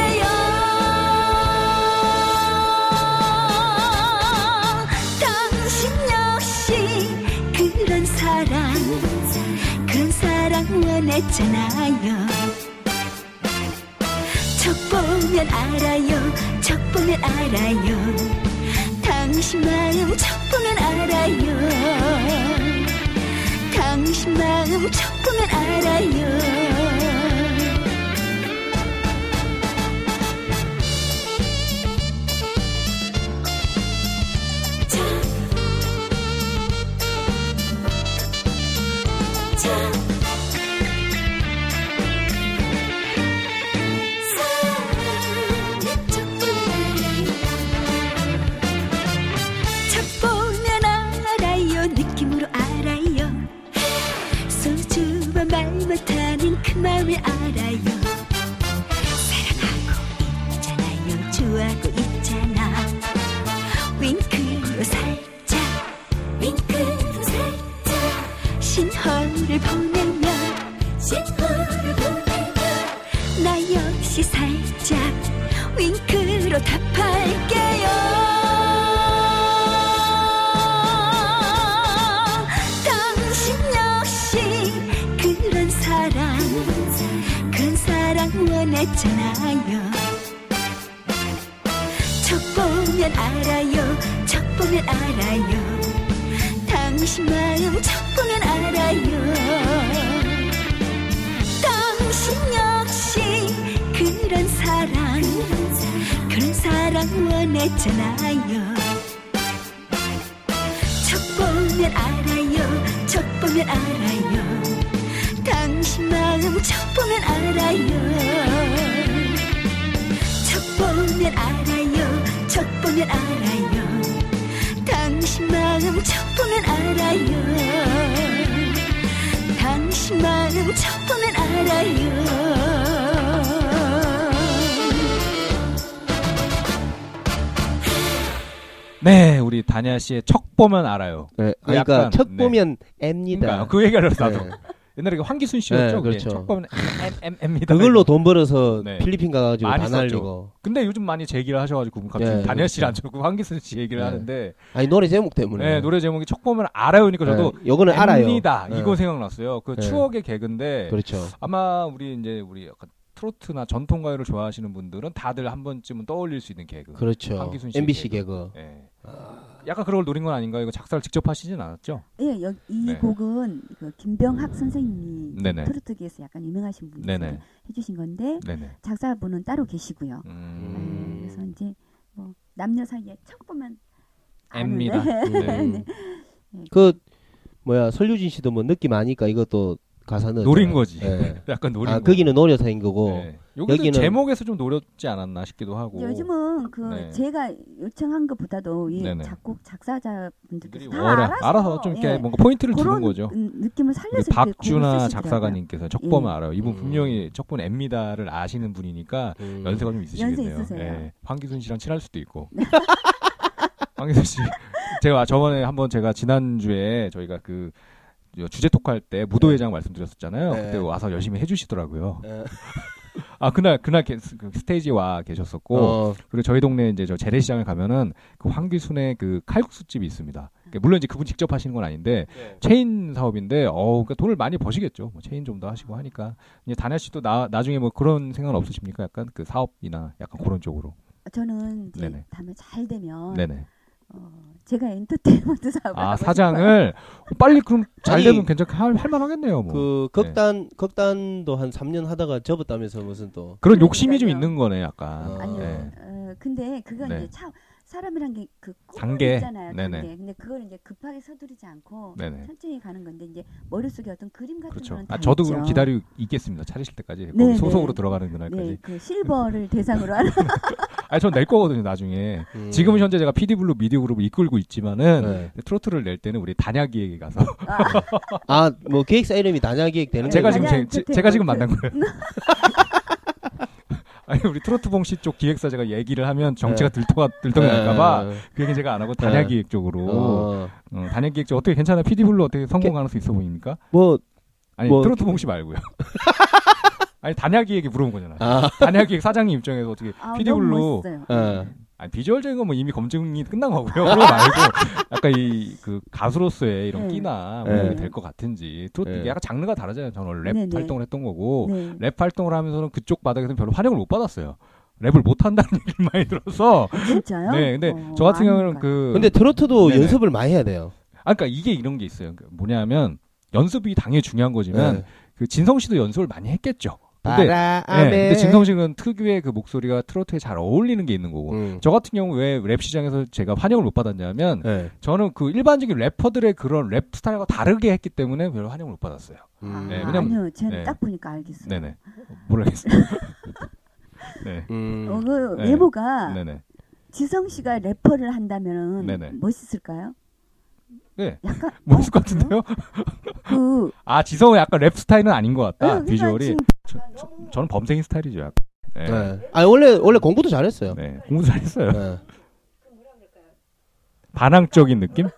[SPEAKER 6] 당신 역시 그런 사랑, 그런 사랑 원했잖아요. 척 보면 알아요, 척 보면 알아요. 당신 마음 척 보면 알아요. 당신 마음 조금은 알아요. 참, 참, 사랑의 조금 척 보면 알아요 느낌으로 알아요 소주와 말 못하는 그 마음을 알아요 사랑하고 있잖아요 좋아하고 있잖아 윙크로 살짝 윙크로 살짝 신호를 보내면 신호를 보내면 나 역시 살짝 윙크로 답할게요 당신 역시 그런 사랑 그런 사랑 원했잖아요 척 보면 알아요 척 보면 알아요 당신 마음 척 보면 알아요 당신 역시 그런 사랑 그런 사랑 원했잖아요 척 보면 알아요 척 보면 알아요 당신 마음 척 보면 알아요 척 보면 알아요 척 보면 알아요 당신 마음 척 보면 알아요 당신 마음 척 보면 알아요
[SPEAKER 2] 네, 우리 다냐 씨의 척 보면 알아요.
[SPEAKER 3] 네,
[SPEAKER 2] 그 약간,
[SPEAKER 3] 그러니까 첫
[SPEAKER 2] 네.
[SPEAKER 3] 보면 앱니다.
[SPEAKER 2] 그러니까요. 그 얘기를 나도
[SPEAKER 3] 네.
[SPEAKER 2] 옛날에 그 황기순 씨였죠.
[SPEAKER 3] 네, 그렇죠.
[SPEAKER 2] 척 보면 M M M입니다.
[SPEAKER 3] 예. 그걸로 돈 벌어서
[SPEAKER 2] 네.
[SPEAKER 3] 필리핀 가가지고
[SPEAKER 2] 많이
[SPEAKER 3] 다
[SPEAKER 2] 썼죠.
[SPEAKER 3] 날리고.
[SPEAKER 2] 근데 요즘 많이 제 얘기를 하셔가지고 갑자기
[SPEAKER 3] 네,
[SPEAKER 2] 다냐 씨를 안
[SPEAKER 3] 그렇죠.
[SPEAKER 2] 쳐고 황기순 씨 얘기를
[SPEAKER 3] 네.
[SPEAKER 2] 하는데
[SPEAKER 3] 아니 노래 제목
[SPEAKER 2] 네.
[SPEAKER 3] 때문에.
[SPEAKER 2] 노래 제목이 척 보면 알아요니까 저도
[SPEAKER 3] 네, 요거는 알아요.
[SPEAKER 2] 앱니다.
[SPEAKER 3] 네.
[SPEAKER 2] 이거 생각났어요. 그
[SPEAKER 3] 네.
[SPEAKER 2] 추억의 개그인데
[SPEAKER 3] 그렇죠.
[SPEAKER 2] 아마 우리 이제 우리 약간 트로트나 전통 가요를 좋아하시는 분들은 다들 한 번쯤은 떠올릴 수 있는 개그.
[SPEAKER 3] 그렇죠.
[SPEAKER 2] 황기순 씨의
[SPEAKER 3] MBC
[SPEAKER 2] 개그.
[SPEAKER 3] 개그.
[SPEAKER 2] 예. 약간 그런 걸 노린 건 아닌가요? 이거 작사를 직접 하시진 않았죠?
[SPEAKER 4] 예, 여기 이
[SPEAKER 2] 네.
[SPEAKER 4] 곡은 그 김병학 선생님이
[SPEAKER 2] 네네.
[SPEAKER 4] 트로트계에서 약간 유명하신 분이
[SPEAKER 2] 네네.
[SPEAKER 4] 해주신 건데
[SPEAKER 2] 네네.
[SPEAKER 4] 작사분은 따로 계시고요.
[SPEAKER 2] 음,
[SPEAKER 3] 음.
[SPEAKER 4] 예, 그래서 이제 뭐 남녀 사이에 척 보면
[SPEAKER 2] 음. 앱니다.
[SPEAKER 4] 아는데.
[SPEAKER 2] 네.
[SPEAKER 3] 음. 그 뭐야 설유진 씨도 뭐 느낌 아니까 이것도 가사 넣었잖아요.
[SPEAKER 2] 노린 거지.
[SPEAKER 3] 예.
[SPEAKER 2] 약간 노린
[SPEAKER 3] 아
[SPEAKER 2] 거.
[SPEAKER 3] 거기는 노려서 한 거고
[SPEAKER 2] 네. 여기는,
[SPEAKER 3] 여기는-
[SPEAKER 2] 제목에서 좀 노렸지 않았나 싶기도 하고.
[SPEAKER 4] 요즘은 그
[SPEAKER 2] 네.
[SPEAKER 4] 제가 요청한 것보다도 이
[SPEAKER 2] 네네.
[SPEAKER 4] 작곡 작사자분들께서 다
[SPEAKER 2] 워낙
[SPEAKER 4] 알아서,
[SPEAKER 2] 뭐 알아서 좀 이렇게
[SPEAKER 4] 예.
[SPEAKER 2] 뭔가 포인트를
[SPEAKER 4] 그런
[SPEAKER 2] 주는 거죠.
[SPEAKER 4] 음, 느낌을 살려서
[SPEAKER 2] 우리
[SPEAKER 4] 이렇게 곡을
[SPEAKER 2] 박준하
[SPEAKER 4] 쓰시더라고요. 예.
[SPEAKER 2] 작사가님께서 적범을 알아요. 이분
[SPEAKER 3] 음.
[SPEAKER 2] 분명히 적본 앱니다를 아시는 분이니까
[SPEAKER 3] 음.
[SPEAKER 2] 연세가 좀 있으시겠네요.
[SPEAKER 4] 연세 있으세요.
[SPEAKER 2] 예. 황기순 씨랑 친할 수도 있고. 황기순 씨, 제가 저번에 한번 제가 지난 주에 저희가 그 주제 토크할 때 무도회장 말씀드렸었잖아요.
[SPEAKER 3] 네.
[SPEAKER 2] 그때 와서 열심히 해주시더라고요.
[SPEAKER 3] 예.
[SPEAKER 2] 아 그날 그날 게- 그 스테이지에 와 계셨었고
[SPEAKER 3] 어,
[SPEAKER 2] 그리고 저희 동네 이제 저 재래시장을 가면은 그 황기순의 그 칼국수 집이 있습니다. 그러니까 물론 이제 그분 직접 하시는 건 아닌데
[SPEAKER 3] 네.
[SPEAKER 2] 체인 사업인데 어그 돈을 많이 버시겠죠. 뭐 체인 좀 더 하시고 하니까 이제 다냐 씨도 나 나중에 뭐 그런 생각은 없으십니까? 약간 그 사업이나 약간 그런 쪽으로.
[SPEAKER 4] 아, 저는 이제
[SPEAKER 2] 네네.
[SPEAKER 4] 다음에 잘 되면
[SPEAKER 2] 네네.
[SPEAKER 4] 어, 제가 엔터테인먼트 사업을
[SPEAKER 2] 아
[SPEAKER 4] 하고
[SPEAKER 2] 사장을 어, 빨리 그럼 잘
[SPEAKER 3] 아니,
[SPEAKER 2] 되면 괜찮게 할, 할만하겠네요. 뭐.
[SPEAKER 3] 그 극단 극단도 한 3년 하다가 접었다면서 무슨 또
[SPEAKER 2] 그, 런 욕심이 좀
[SPEAKER 4] 그러니까요.
[SPEAKER 2] 있는 거네 약간.
[SPEAKER 4] 아니요.
[SPEAKER 2] 네.
[SPEAKER 4] 어, 근데 그건
[SPEAKER 2] 네.
[SPEAKER 4] 이제 참 사람이란 게그
[SPEAKER 2] 단계.
[SPEAKER 4] 있잖아요.
[SPEAKER 2] 네네.
[SPEAKER 4] 단계. 근데 그걸 이제 급하게 서두르지 않고
[SPEAKER 2] 네네.
[SPEAKER 4] 천천히 가는 건데 이제 머릿속에 어떤 그림 같은
[SPEAKER 2] 그렇죠.
[SPEAKER 4] 거는 다
[SPEAKER 2] 아 저도
[SPEAKER 4] 있죠.
[SPEAKER 2] 그럼 기다리고 있겠습니다. 차리실 때까지 거기
[SPEAKER 4] 네,
[SPEAKER 2] 소속으로
[SPEAKER 4] 네.
[SPEAKER 2] 들어가는 그날까지.
[SPEAKER 4] 네, 그 실버를 대상으로 하는
[SPEAKER 2] 아니 전 낼 거거든요 나중에.
[SPEAKER 3] 음.
[SPEAKER 2] 지금은 현재 제가 피디블루 미디어 그룹을 이끌고 있지만은
[SPEAKER 3] 네.
[SPEAKER 2] 트로트를 낼 때는 우리 단야기에게 가서
[SPEAKER 3] 아뭐 기획사 이름이 단야 기획 되는
[SPEAKER 2] 제가
[SPEAKER 4] 단야
[SPEAKER 2] 지금 제,
[SPEAKER 4] 트로트
[SPEAKER 2] 가 지금 만난
[SPEAKER 4] 트로트.
[SPEAKER 2] 거예요. 아니 우리 트로트봉 씨 쪽 기획사 제가 얘기를 하면 정체가 들통가 들통이 날까봐 그 얘기 제가 안 하고 단야
[SPEAKER 3] 네.
[SPEAKER 2] 기획 쪽으로 어, 단야 기획 쪽 어떻게 괜찮아 피디블루 어떻게 성공 가능성 있어 보입니까?
[SPEAKER 3] 뭐
[SPEAKER 2] 아니
[SPEAKER 3] 뭐-
[SPEAKER 2] 트로트봉 씨 말고요. 아니 단야 기획이 물어본 거잖아.
[SPEAKER 3] 아,
[SPEAKER 2] 단야 기획 사장님 입장에서 어떻게
[SPEAKER 4] 아, 너무
[SPEAKER 2] 피디블루
[SPEAKER 4] 멋있어요.
[SPEAKER 3] 어.
[SPEAKER 2] 아니, 비주얼적인 건 뭐 이미 검증이 끝난 거고요. 그거 말고 약간 이 그 가수로서의 이런
[SPEAKER 4] 네.
[SPEAKER 2] 끼나
[SPEAKER 3] 네.
[SPEAKER 2] 뭐 이게 될것 같은지 또
[SPEAKER 3] 네.
[SPEAKER 2] 이게 약간 장르가 다르잖아요. 저는 랩
[SPEAKER 4] 네, 네.
[SPEAKER 2] 활동을 했던 거고
[SPEAKER 4] 네.
[SPEAKER 2] 랩 활동을 하면서는 그쪽 바닥에서는 별로 환영을 못 받았어요. 랩을 못 한다는 얘기를 많이 들어서
[SPEAKER 4] 아, 진짜요?
[SPEAKER 2] 네 근데
[SPEAKER 4] 어,
[SPEAKER 2] 저 같은 경우는
[SPEAKER 4] 아닙니다.
[SPEAKER 2] 그
[SPEAKER 3] 근데 트로트도
[SPEAKER 2] 네네.
[SPEAKER 3] 연습을 많이 해야 돼요.
[SPEAKER 2] 아까 그러니까 이게 이런 게 있어요. 그 뭐냐면 연습이 당연히 중요한 거지만
[SPEAKER 3] 네.
[SPEAKER 2] 그 진성 씨도 연습을 많이 했겠죠. 근데
[SPEAKER 3] 바람에
[SPEAKER 2] 예, 근데 진성 씨는 특유의 그 목소리가 트로트에 잘 어울리는 게 있는 거고
[SPEAKER 3] 음.
[SPEAKER 2] 저 같은 경우 왜 랩 시장에서 제가 환영을 못 받았냐면
[SPEAKER 3] 네.
[SPEAKER 2] 저는 그 일반적인 래퍼들의 그런 랩 스타일과 다르게 했기 때문에 별로 환영을 못 받았어요.
[SPEAKER 4] 아,
[SPEAKER 3] 음.
[SPEAKER 2] 네, 왜냐면-
[SPEAKER 4] 아니요, 저는
[SPEAKER 2] 네.
[SPEAKER 4] 딱 보니까 알겠어요.
[SPEAKER 2] 네네. 모르겠습니다. 네.
[SPEAKER 3] 음.
[SPEAKER 4] 어, 그
[SPEAKER 2] 네.
[SPEAKER 4] 외모가
[SPEAKER 2] 네네.
[SPEAKER 4] 지성 씨가 래퍼를 한다면은
[SPEAKER 2] 네네.
[SPEAKER 4] 멋있을까요?
[SPEAKER 2] 네.
[SPEAKER 4] 약간
[SPEAKER 2] 모르실
[SPEAKER 4] 어,
[SPEAKER 2] 것 같은데요?
[SPEAKER 4] 그
[SPEAKER 2] 아, 지성은 약간 랩 스타일은 아닌 것 같다.
[SPEAKER 4] 응, 그러니까
[SPEAKER 2] 비주얼이.
[SPEAKER 4] 지금
[SPEAKER 2] 저는 범생이 스타일이죠. 약간. 네. 네.
[SPEAKER 3] 네. 아니 원래 원래 공부도 잘했어요.
[SPEAKER 2] 공부 잘했어요.
[SPEAKER 3] 네.
[SPEAKER 2] 반항적인 느낌?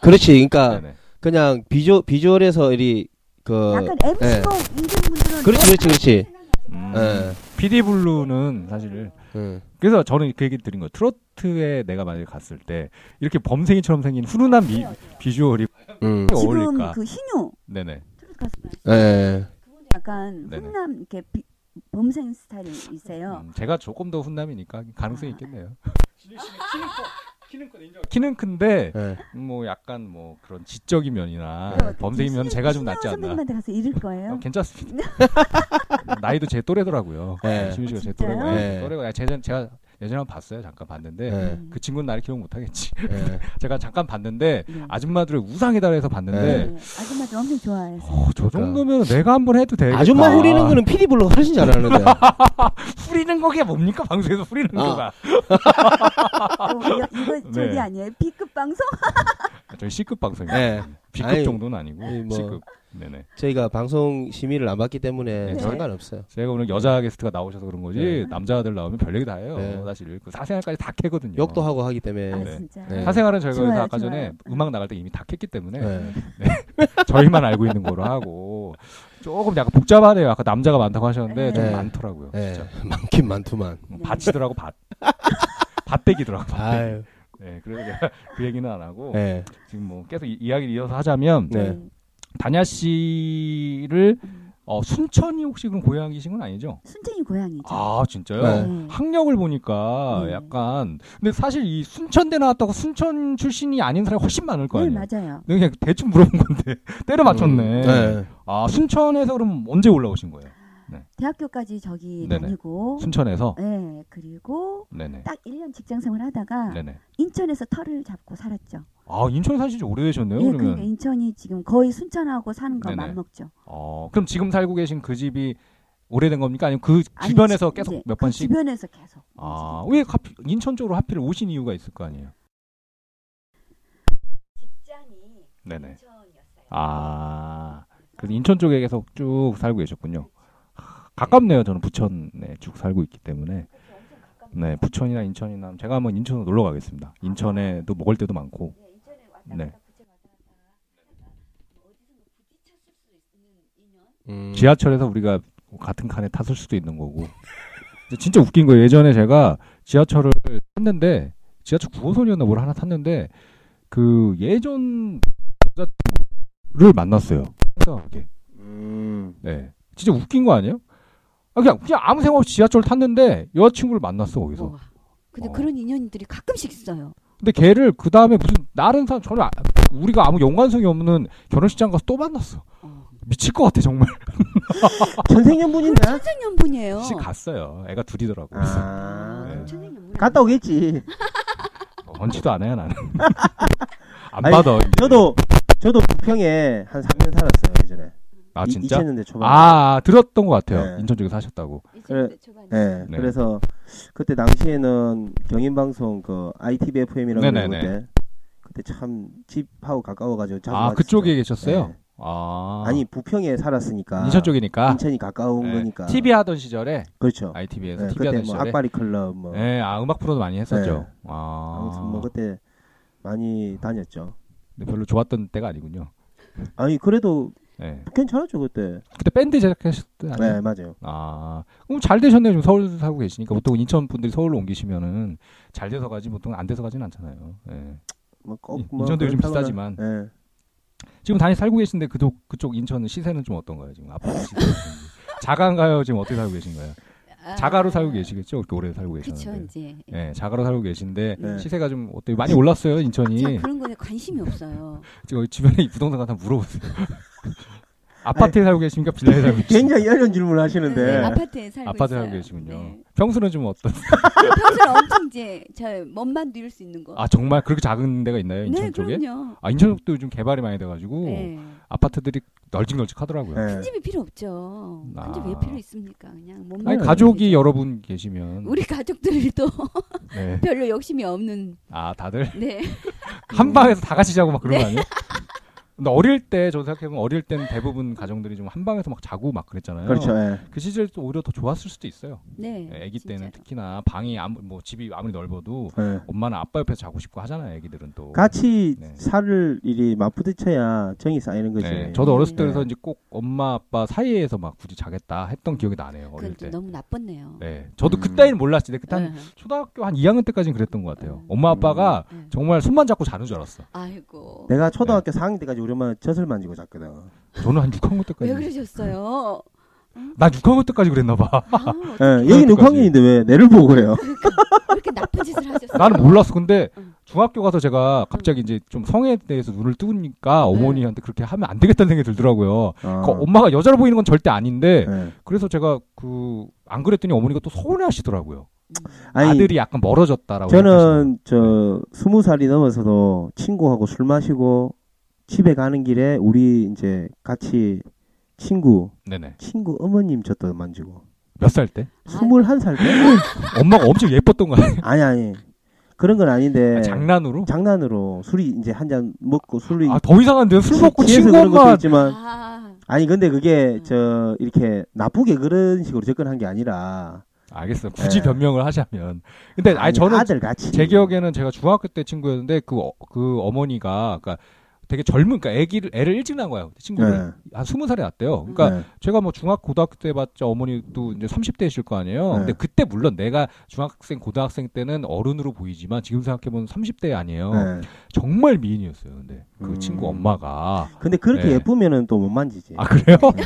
[SPEAKER 3] 그렇지. 그러니까
[SPEAKER 2] 네네.
[SPEAKER 3] 그냥 비주 비주얼에서 이리
[SPEAKER 2] 어,
[SPEAKER 3] 그
[SPEAKER 4] 약간
[SPEAKER 2] 예.
[SPEAKER 4] MC고 이런
[SPEAKER 2] 그렇죠,
[SPEAKER 4] 분들은
[SPEAKER 3] 그렇지 그렇지 그렇지.
[SPEAKER 2] 음.
[SPEAKER 3] 예.
[SPEAKER 2] PD 블루는 사실
[SPEAKER 3] 음.
[SPEAKER 2] 그래서 저는 그 얘기 드린 거예요. 트로트에 내가 만약에 갔을 때 이렇게 범생이처럼 생긴 훈훈한 미- 비주얼이
[SPEAKER 3] 음.
[SPEAKER 2] 어떻게 어울릴까?
[SPEAKER 4] 지금 그 신유
[SPEAKER 2] 네네.
[SPEAKER 4] 트로트 가수
[SPEAKER 3] 예.
[SPEAKER 4] 약간
[SPEAKER 2] 네네.
[SPEAKER 4] 훈남 이렇게 비, 범생 스타일이세요.
[SPEAKER 2] 음, 제가 조금 더 훈남이니까 가능성이
[SPEAKER 4] 어. 아.
[SPEAKER 2] 있겠네요. 키는 큰데
[SPEAKER 3] 예.
[SPEAKER 2] 뭐 약간 뭐 그런 지적인 면이나
[SPEAKER 4] 그래서
[SPEAKER 2] 범생인 면
[SPEAKER 4] 신유-
[SPEAKER 2] 네, 제가 좀
[SPEAKER 4] 그렇죠.
[SPEAKER 2] 낫지
[SPEAKER 4] 신유
[SPEAKER 2] 않나.
[SPEAKER 4] 선배님한테 가서 이럴
[SPEAKER 2] 어,
[SPEAKER 4] 거예요.
[SPEAKER 2] 괜찮습니다. 뭐 나이도 제 또래더라고요.
[SPEAKER 3] 네.
[SPEAKER 2] 심지어 제
[SPEAKER 4] 아,
[SPEAKER 2] 또래고.
[SPEAKER 4] 진짜요?
[SPEAKER 2] 네.
[SPEAKER 3] 네.
[SPEAKER 2] 또래고. 야, 제전 제가 예전에 한번 봤어요. 잠깐 봤는데
[SPEAKER 3] 예.
[SPEAKER 4] 음.
[SPEAKER 2] 그 친구는 나를 기억 못 하겠지.
[SPEAKER 3] 예.
[SPEAKER 2] 제가 잠깐 봤는데
[SPEAKER 4] 네.
[SPEAKER 2] 아줌마들을 우상이다 해서 봤는데
[SPEAKER 4] 네. 아줌마들 엄청 좋아해서
[SPEAKER 2] 어, 저 정도면 내가 한번 해도 돼.
[SPEAKER 3] 아줌마 후리는 거는 피디 블로 훨씬 잘하는데.
[SPEAKER 2] 후리는 거게 뭡니까? 방송에서 후리는
[SPEAKER 3] 아.
[SPEAKER 2] 거가.
[SPEAKER 4] 어, 이거, 이거 저기
[SPEAKER 2] 네.
[SPEAKER 4] 아니에요? B급 방송?
[SPEAKER 2] 저희 C급 방송이에요.
[SPEAKER 3] 예.
[SPEAKER 2] B급
[SPEAKER 3] 아니,
[SPEAKER 2] 정도는 아니고
[SPEAKER 3] 아니, 뭐.
[SPEAKER 2] C급. 네네.
[SPEAKER 3] 저희가 방송 심의를 안 받기 때문에
[SPEAKER 2] 네.
[SPEAKER 3] 상관없어요.
[SPEAKER 2] 제가 오늘 여자 게스트가 나오셔서 그런 거지
[SPEAKER 3] 네.
[SPEAKER 2] 남자들 나오면 별 얘기 다 해요.
[SPEAKER 3] 네.
[SPEAKER 2] 사실 그 사생활까지 다 캐거든요.
[SPEAKER 3] 욕도 하고 하기 때문에.
[SPEAKER 4] 아
[SPEAKER 2] 네.
[SPEAKER 4] 진짜.
[SPEAKER 3] 네.
[SPEAKER 2] 사생활은 저희가 그래서
[SPEAKER 4] 좋아요,
[SPEAKER 2] 아까 전에
[SPEAKER 4] 좋아요.
[SPEAKER 2] 음악 나갈 때 이미 다 캤기 때문에
[SPEAKER 3] 예.
[SPEAKER 2] 저희만 알고 있는 거로 하고 조금 약간 복잡하네요. 아까 남자가 많다고 하셨는데 좀
[SPEAKER 3] 네.
[SPEAKER 2] 많더라고요.
[SPEAKER 3] 예.
[SPEAKER 2] 진짜 음,
[SPEAKER 3] 많긴 많투만.
[SPEAKER 2] 밭이더라고 밭. 밭대기더라고. 밭대기.
[SPEAKER 3] 아유.
[SPEAKER 2] 네, 그래서 제가 그 얘기는 안 하고
[SPEAKER 3] 예.
[SPEAKER 2] 지금 뭐 계속 이- 이야기를 이어서 하자면
[SPEAKER 3] 네.
[SPEAKER 2] 다냐 씨를 어, 순천이 혹시 그럼 고향이신 건 아니죠?
[SPEAKER 4] 순천이 고향이죠.
[SPEAKER 2] 아 진짜요?
[SPEAKER 3] 네.
[SPEAKER 4] 음.
[SPEAKER 2] 학력을 보니까
[SPEAKER 4] 네.
[SPEAKER 2] 약간 근데 사실 이 순천대 나왔다고 순천 출신이 아닌 사람이 훨씬 많을 거
[SPEAKER 4] 네,
[SPEAKER 2] 아니에요.
[SPEAKER 4] 맞아요.
[SPEAKER 2] 내가 그냥 대충 물어본 건데 때려 맞췄네.
[SPEAKER 3] 음. 예.
[SPEAKER 2] 아 순천에서 그럼 언제 올라오신 거예요? 네.
[SPEAKER 4] 대학교까지 저기
[SPEAKER 2] 네네.
[SPEAKER 4] 다니고
[SPEAKER 2] 순천에서
[SPEAKER 4] 어? 네, 아. 그리고
[SPEAKER 2] 네네
[SPEAKER 4] 딱 1년 직장 생활 하다가
[SPEAKER 2] 네네
[SPEAKER 4] 인천에서 털을 잡고 살았죠.
[SPEAKER 2] 아 인천 사신 지 오래되셨네요
[SPEAKER 4] 예,
[SPEAKER 2] 그러면
[SPEAKER 4] 그러니까 인천이 지금 거의 순천하고 사는 거
[SPEAKER 2] 네네.
[SPEAKER 4] 맞먹죠.
[SPEAKER 2] 어 그럼 지금 살고 계신 그 집이 오래된 겁니까 아니면 그
[SPEAKER 4] 아니,
[SPEAKER 2] 주변에서
[SPEAKER 4] 지-
[SPEAKER 2] 계속
[SPEAKER 4] 예,
[SPEAKER 2] 몇
[SPEAKER 4] 그
[SPEAKER 2] 번씩
[SPEAKER 4] 주변에서 계속.
[SPEAKER 2] 아왜 인천 쪽으로 하필 오신 이유가 있을 거 아니에요
[SPEAKER 4] 직장이
[SPEAKER 2] 네네
[SPEAKER 4] 인천이었어요.
[SPEAKER 2] 아 그래서 인천 쪽에 계속 쭉 살고 계셨군요 하, 가깝네요 저는 부천에 쭉 살고 있기 때문에 네 부천이나 인천이나 제가 한번 인천으로 놀러 가겠습니다 인천에도 먹을 때도 많고 네
[SPEAKER 3] 음.
[SPEAKER 2] 지하철에서 우리가 같은 칸에 탔을 수도 있는 거고. 근데 진짜 웃긴 거예요. 예전에 제가 지하철을 탔는데 지하철 9호선이었나 뭘 하나 탔는데 그 예전 여자친구를 만났어요. 생각하게.
[SPEAKER 3] 음.
[SPEAKER 2] 네. 진짜 웃긴 거 아니에요? 아 그냥 그냥 아무 생각 없이 지하철 탔는데 여자친구를 만났어 거기서.
[SPEAKER 7] 우와. 근데
[SPEAKER 2] 어.
[SPEAKER 7] 그런 인연들이 가끔씩 있어요.
[SPEAKER 2] 근데 걔를 그 다음에 무슨 다른 사람 전혀 아- 우리가 아무 연관성이 없는 결혼식장 가서 또 만났어.
[SPEAKER 7] 어.
[SPEAKER 2] 미칠 것 같아 정말.
[SPEAKER 7] 그럼
[SPEAKER 8] 전생연분인데?
[SPEAKER 7] 천생연분이에요.
[SPEAKER 2] 혹시 갔어요. 애가 둘이더라고.
[SPEAKER 7] 아,
[SPEAKER 8] 아.
[SPEAKER 2] 네.
[SPEAKER 7] 그럼 천생연분.
[SPEAKER 8] 갔다 오겠지.
[SPEAKER 2] 얹지도 않아요 나는 안
[SPEAKER 8] 아니,
[SPEAKER 2] 받아 이제.
[SPEAKER 8] 저도 저도 부평에 한 3년 살았어요 예전에.
[SPEAKER 2] 아
[SPEAKER 8] 이-
[SPEAKER 2] 진짜
[SPEAKER 8] 2000년대 초반.
[SPEAKER 2] 아, 아, 들었던 것 같아요
[SPEAKER 8] 네.
[SPEAKER 2] 인천 쪽에 사셨다고
[SPEAKER 8] 그래.
[SPEAKER 7] 초반.
[SPEAKER 8] 예.
[SPEAKER 2] 네.
[SPEAKER 8] 그래서 그때 당시에는 경인방송 그 ITBFM이라고
[SPEAKER 2] 네네네.
[SPEAKER 8] 그랬는데 그때 참 집하고 가까워가지고 자주
[SPEAKER 2] 아
[SPEAKER 8] 왔었죠.
[SPEAKER 2] 그쪽에 계셨어요
[SPEAKER 8] 네.
[SPEAKER 2] 아
[SPEAKER 8] 아니 부평에 살았으니까
[SPEAKER 2] 인천 쪽이니까
[SPEAKER 8] 인천이 가까운
[SPEAKER 2] 네.
[SPEAKER 8] 거니까.
[SPEAKER 2] TV 하던 시절에
[SPEAKER 8] 그렇죠.
[SPEAKER 2] ITV에서
[SPEAKER 8] 예,
[SPEAKER 2] TV
[SPEAKER 8] 그때
[SPEAKER 2] 하던
[SPEAKER 8] 뭐
[SPEAKER 2] 아, 시절에
[SPEAKER 8] 악바리 클럽 뭐
[SPEAKER 2] 네, 아 음악 프로도 많이 했었죠
[SPEAKER 8] 네.
[SPEAKER 2] 아
[SPEAKER 8] 아무튼 뭐 그때 많이 다녔죠.
[SPEAKER 2] 근데 별로 좋았던 때가 아니군요
[SPEAKER 8] 아니 그래도
[SPEAKER 2] 네.
[SPEAKER 8] 괜찮았죠 그때.
[SPEAKER 2] 그때 밴드 제작했을 때 아니에요
[SPEAKER 8] 네 맞아요.
[SPEAKER 2] 아 그럼 잘 되셨네요 지금 서울 살고 계시니까 보통 인천 분들이 서울로 옮기시면은 잘 돼서 가지 보통 안 돼서 가진 않잖아요 네.
[SPEAKER 8] 뭐꼭
[SPEAKER 2] 인천도 요즘 비싸지만
[SPEAKER 8] 예.
[SPEAKER 2] 지금 다니 살고 계신데 그쪽 그쪽 인천 시세는 좀 어떤가요? 지금 아파트 시세 자가인가요? 지금 어떻게 살고 계신가요?
[SPEAKER 7] 아,
[SPEAKER 2] 자가로 살고 계시겠죠? 그렇게 오래 살고
[SPEAKER 7] 그쵸
[SPEAKER 2] 계셨는데.
[SPEAKER 7] 이제.
[SPEAKER 2] 예, 자가로 살고 계신데
[SPEAKER 8] 네.
[SPEAKER 2] 시세가 좀 어때요? 많이 올랐어요
[SPEAKER 7] 참
[SPEAKER 2] 인천이.
[SPEAKER 7] 아, 그런 거에 관심이 없어요.
[SPEAKER 2] 지금 주변에 이 부동산 가서 한번 물어보세요. 아파트에 살고 계십니까? 빌라에 살고 계십니까?
[SPEAKER 8] 굉장히 어려운 질문을 하시는데
[SPEAKER 7] 네, 아파트에 살고
[SPEAKER 2] 아파트에
[SPEAKER 7] 있어요.
[SPEAKER 2] 살고 계시군요.
[SPEAKER 7] 네.
[SPEAKER 2] 평수는 좀 어떤?
[SPEAKER 7] 평소에 엄청 이제 저 몸만 누릴 수 있는 거.
[SPEAKER 2] 아 정말 그렇게 작은 데가 있나요 인천
[SPEAKER 7] 네,
[SPEAKER 2] 쪽에?
[SPEAKER 7] 그럼요.
[SPEAKER 2] 아 인천 쪽도 요즘 개발이 많이 돼가지고
[SPEAKER 7] 네.
[SPEAKER 2] 아파트들이 널찍널찍하더라고요.
[SPEAKER 8] 예.
[SPEAKER 7] 큰 집이 필요 없죠. 큰
[SPEAKER 2] 아.
[SPEAKER 7] 집 왜 필요 있습니까? 그냥 몸만
[SPEAKER 2] 아니
[SPEAKER 7] 누리면
[SPEAKER 2] 가족이
[SPEAKER 7] 되죠.
[SPEAKER 2] 여러분 계시면
[SPEAKER 7] 우리 가족들도
[SPEAKER 2] 네.
[SPEAKER 7] 별로 욕심이 없는
[SPEAKER 2] 아 다들
[SPEAKER 7] 네.
[SPEAKER 2] 한 방에서 다 같이 자고 막 그런 거 아니에요? 근데 어릴 때 저도 생각해보면 어릴 땐 대부분 가정들이 좀 한 방에서 막 자고 막 그랬잖아요.
[SPEAKER 8] 그렇죠. 예.
[SPEAKER 2] 그 시절 또 오히려 더 좋았을 수도 있어요.
[SPEAKER 7] 네.
[SPEAKER 2] 예, 아기 때는
[SPEAKER 7] 진짜로.
[SPEAKER 2] 특히나 방이 아무 뭐 집이 아무리 넓어도
[SPEAKER 8] 예.
[SPEAKER 2] 엄마는 아빠 옆에서 자고 싶고 하잖아요. 아기들은 또.
[SPEAKER 8] 같이
[SPEAKER 2] 네.
[SPEAKER 8] 살을 일이 맞부딪혀야 정이 쌓이는 거지.
[SPEAKER 2] 네, 저도 어렸을
[SPEAKER 8] 네.
[SPEAKER 2] 때에서 이제 꼭 엄마 아빠 사이에서 막 굳이 자겠다 했던 기억이 나네요.
[SPEAKER 7] 그건
[SPEAKER 2] 어릴
[SPEAKER 7] 좀
[SPEAKER 2] 때.
[SPEAKER 7] 너무 나빴네요.
[SPEAKER 2] 네, 저도
[SPEAKER 8] 음.
[SPEAKER 2] 그때는 몰랐지. 근데 그때 한
[SPEAKER 7] 네.
[SPEAKER 2] 초등학교 한 2학년 때까지는 그랬던 것 같아요.
[SPEAKER 7] 음.
[SPEAKER 2] 엄마 아빠가
[SPEAKER 7] 네.
[SPEAKER 2] 정말 손만 잡고 자는 줄 알았어.
[SPEAKER 7] 아이고.
[SPEAKER 8] 내가
[SPEAKER 2] 네.
[SPEAKER 8] 초등학교 4학년 때까지 우리 엄마는 젖을 만지고
[SPEAKER 2] 어,
[SPEAKER 8] 잤거든.
[SPEAKER 2] 저는 한 6학년
[SPEAKER 7] 왜
[SPEAKER 2] 때까지.
[SPEAKER 7] 그러셨어요?
[SPEAKER 2] 네. 나 6학년 때까지 그랬나 봐.
[SPEAKER 7] 아,
[SPEAKER 8] 예.
[SPEAKER 7] 어떡해.
[SPEAKER 8] 여기
[SPEAKER 2] 그때까지.
[SPEAKER 8] 6학년인데 왜 내를 보고 그래요?
[SPEAKER 7] 왜 이렇게 나쁜 짓을 하셨어요?
[SPEAKER 2] 나는 몰랐어. 근데
[SPEAKER 7] 응.
[SPEAKER 2] 중학교 가서 제가 갑자기 이제 좀 성에 대해서 눈을 뜨니까 어머니한테 그렇게 하면 안 되겠다는 생각이 들더라고요.
[SPEAKER 8] 아.
[SPEAKER 2] 그 엄마가 여자로 보이는 건 절대 아닌데
[SPEAKER 8] 예.
[SPEAKER 2] 그래서 제가 그 안 그랬더니 어머니가 또 서운해하시더라고요.
[SPEAKER 8] 아니,
[SPEAKER 2] 아들이 약간 멀어졌다라고. 생각하시더라고요. 네.
[SPEAKER 8] 저는 저 스무 살이 넘어서도 친구하고 술 마시고 집에 가는 길에 우리 이제 같이 친구
[SPEAKER 2] 네네
[SPEAKER 8] 친구 어머님 젖도 만지고
[SPEAKER 2] 몇 살 때?
[SPEAKER 8] 스물한 살 때?
[SPEAKER 2] 엄마가 엄청 예뻤던 거 아니에요?
[SPEAKER 8] 아니 아니 그런 건 아닌데
[SPEAKER 2] 아, 장난으로?
[SPEAKER 8] 장난으로 술이 이제 한 잔 먹고 술이
[SPEAKER 2] 아 더 이상한데 술 먹고
[SPEAKER 8] 취해서
[SPEAKER 2] 친구
[SPEAKER 8] 그런 것도
[SPEAKER 2] 엄마
[SPEAKER 8] 있지만
[SPEAKER 7] 아,
[SPEAKER 8] 아니 근데 그게
[SPEAKER 7] 음.
[SPEAKER 8] 저 이렇게 나쁘게 그런 식으로 접근한 게 아니라
[SPEAKER 2] 알겠어 굳이
[SPEAKER 8] 네.
[SPEAKER 2] 변명을 하자면 근데 아니
[SPEAKER 8] 아니,
[SPEAKER 2] 저는
[SPEAKER 8] 아들 같이
[SPEAKER 2] 제 기억에는 제가 중학교 때 친구였는데 그, 어, 그 어머니가 그러니까 되게 젊은 그러니까 애기를 애를 일찍 낳은 거예요
[SPEAKER 8] 네,
[SPEAKER 2] 친구를 한 스무 살에 낳았대요 그러니까 제가 뭐 중학 고등학교 때 봤자 어머니도 이제 30대이실 거 아니에요
[SPEAKER 8] 네.
[SPEAKER 2] 근데 그때 물론 내가 중학생 고등학생 때는 어른으로 보이지만 지금 생각해보면 30대
[SPEAKER 8] 네,
[SPEAKER 2] 아니에요 정말 미인이었어요 근데 그
[SPEAKER 8] 음.
[SPEAKER 2] 친구 엄마가
[SPEAKER 8] 근데 그렇게
[SPEAKER 2] 네.
[SPEAKER 8] 예쁘면은 또 못 만지지
[SPEAKER 2] 아 그래요
[SPEAKER 8] 네.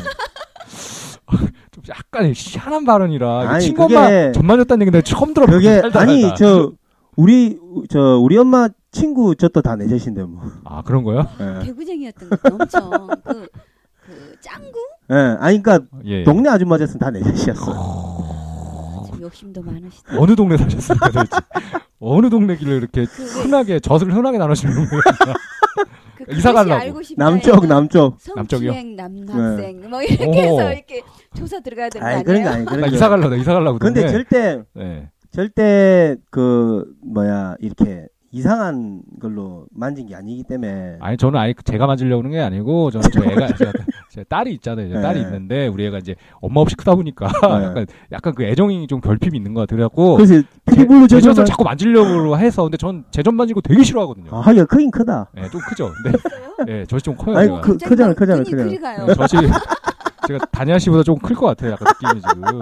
[SPEAKER 2] 좀 약간 희한한 발언이라
[SPEAKER 8] 아니,
[SPEAKER 2] 친구
[SPEAKER 8] 그게-
[SPEAKER 2] 엄마 전 만졌다는 얘기 내가 처음 들어봤어요
[SPEAKER 8] 그게
[SPEAKER 2] 살다
[SPEAKER 8] 아니
[SPEAKER 2] 살다.
[SPEAKER 8] 저 우리 저 우리 엄마 친구 젖도 다 내젖인데 뭐
[SPEAKER 2] 아 그런 거요
[SPEAKER 8] 예.
[SPEAKER 7] 개구쟁이였던 거 엄청 그
[SPEAKER 4] 그 짱구
[SPEAKER 8] 예, 아니 그러니까
[SPEAKER 2] 예.
[SPEAKER 8] 동네 아줌마 였으면다 내자식이었어.
[SPEAKER 2] 어.
[SPEAKER 4] 좀 욕심도 많으시다.
[SPEAKER 2] 어느 동네 사셨습니까 도대체? 어느 동네길래 이렇게 흔하게 젖을 흔하게 나누시는 거예요?
[SPEAKER 4] 그
[SPEAKER 2] 이사
[SPEAKER 4] 그것이
[SPEAKER 2] 가려고.
[SPEAKER 4] 알고 싶다.
[SPEAKER 8] 남쪽 남쪽.
[SPEAKER 2] 남쪽이요? 네. 어.
[SPEAKER 4] 성추행 남학생 뭐 이렇게
[SPEAKER 2] 오.
[SPEAKER 4] 해서 이렇게 조사 들어가야 되는 거
[SPEAKER 8] 아니
[SPEAKER 4] 아니에요?
[SPEAKER 8] 그런 거 아니 그런
[SPEAKER 2] 나
[SPEAKER 8] 거.
[SPEAKER 2] 이사 갈라 나 이사 갈라고
[SPEAKER 8] 근데
[SPEAKER 2] 그러는데.
[SPEAKER 8] 절대
[SPEAKER 2] 예.
[SPEAKER 8] 절대 그 뭐야 이렇게 이상한 걸로 만진 게 아니기 때문에
[SPEAKER 2] 아니 저는 아예 제가 맞으려고 하는 게 아니고 저는 저 애가 제가 제 딸이 있잖아요. 제 딸이
[SPEAKER 8] 네.
[SPEAKER 2] 있는데 우리 애가 이제 엄마 없이 크다 보니까
[SPEAKER 8] 네.
[SPEAKER 2] 약간 약간 그 애정이 좀 결핍이 있는 것 같아 그래갖고
[SPEAKER 8] 그래서 피부로
[SPEAKER 2] 제
[SPEAKER 8] 저절로
[SPEAKER 2] 젖을 자꾸 만지려고 해서 근데 전 제 젖 만지고 되게 싫어하거든요.
[SPEAKER 8] 아 하기가 크긴 크다.
[SPEAKER 2] 예, 좀 크죠. 근데 예, 젖이 좀 커요.
[SPEAKER 8] 아니
[SPEAKER 2] 제가.
[SPEAKER 8] 그
[SPEAKER 2] 예,
[SPEAKER 8] 크, 크잖아 크잖아 크잖아.
[SPEAKER 4] 그리 가요.
[SPEAKER 2] 젖이 제가 다니아 씨보다 조금 클 것 같아요. 약간 느낌이 지금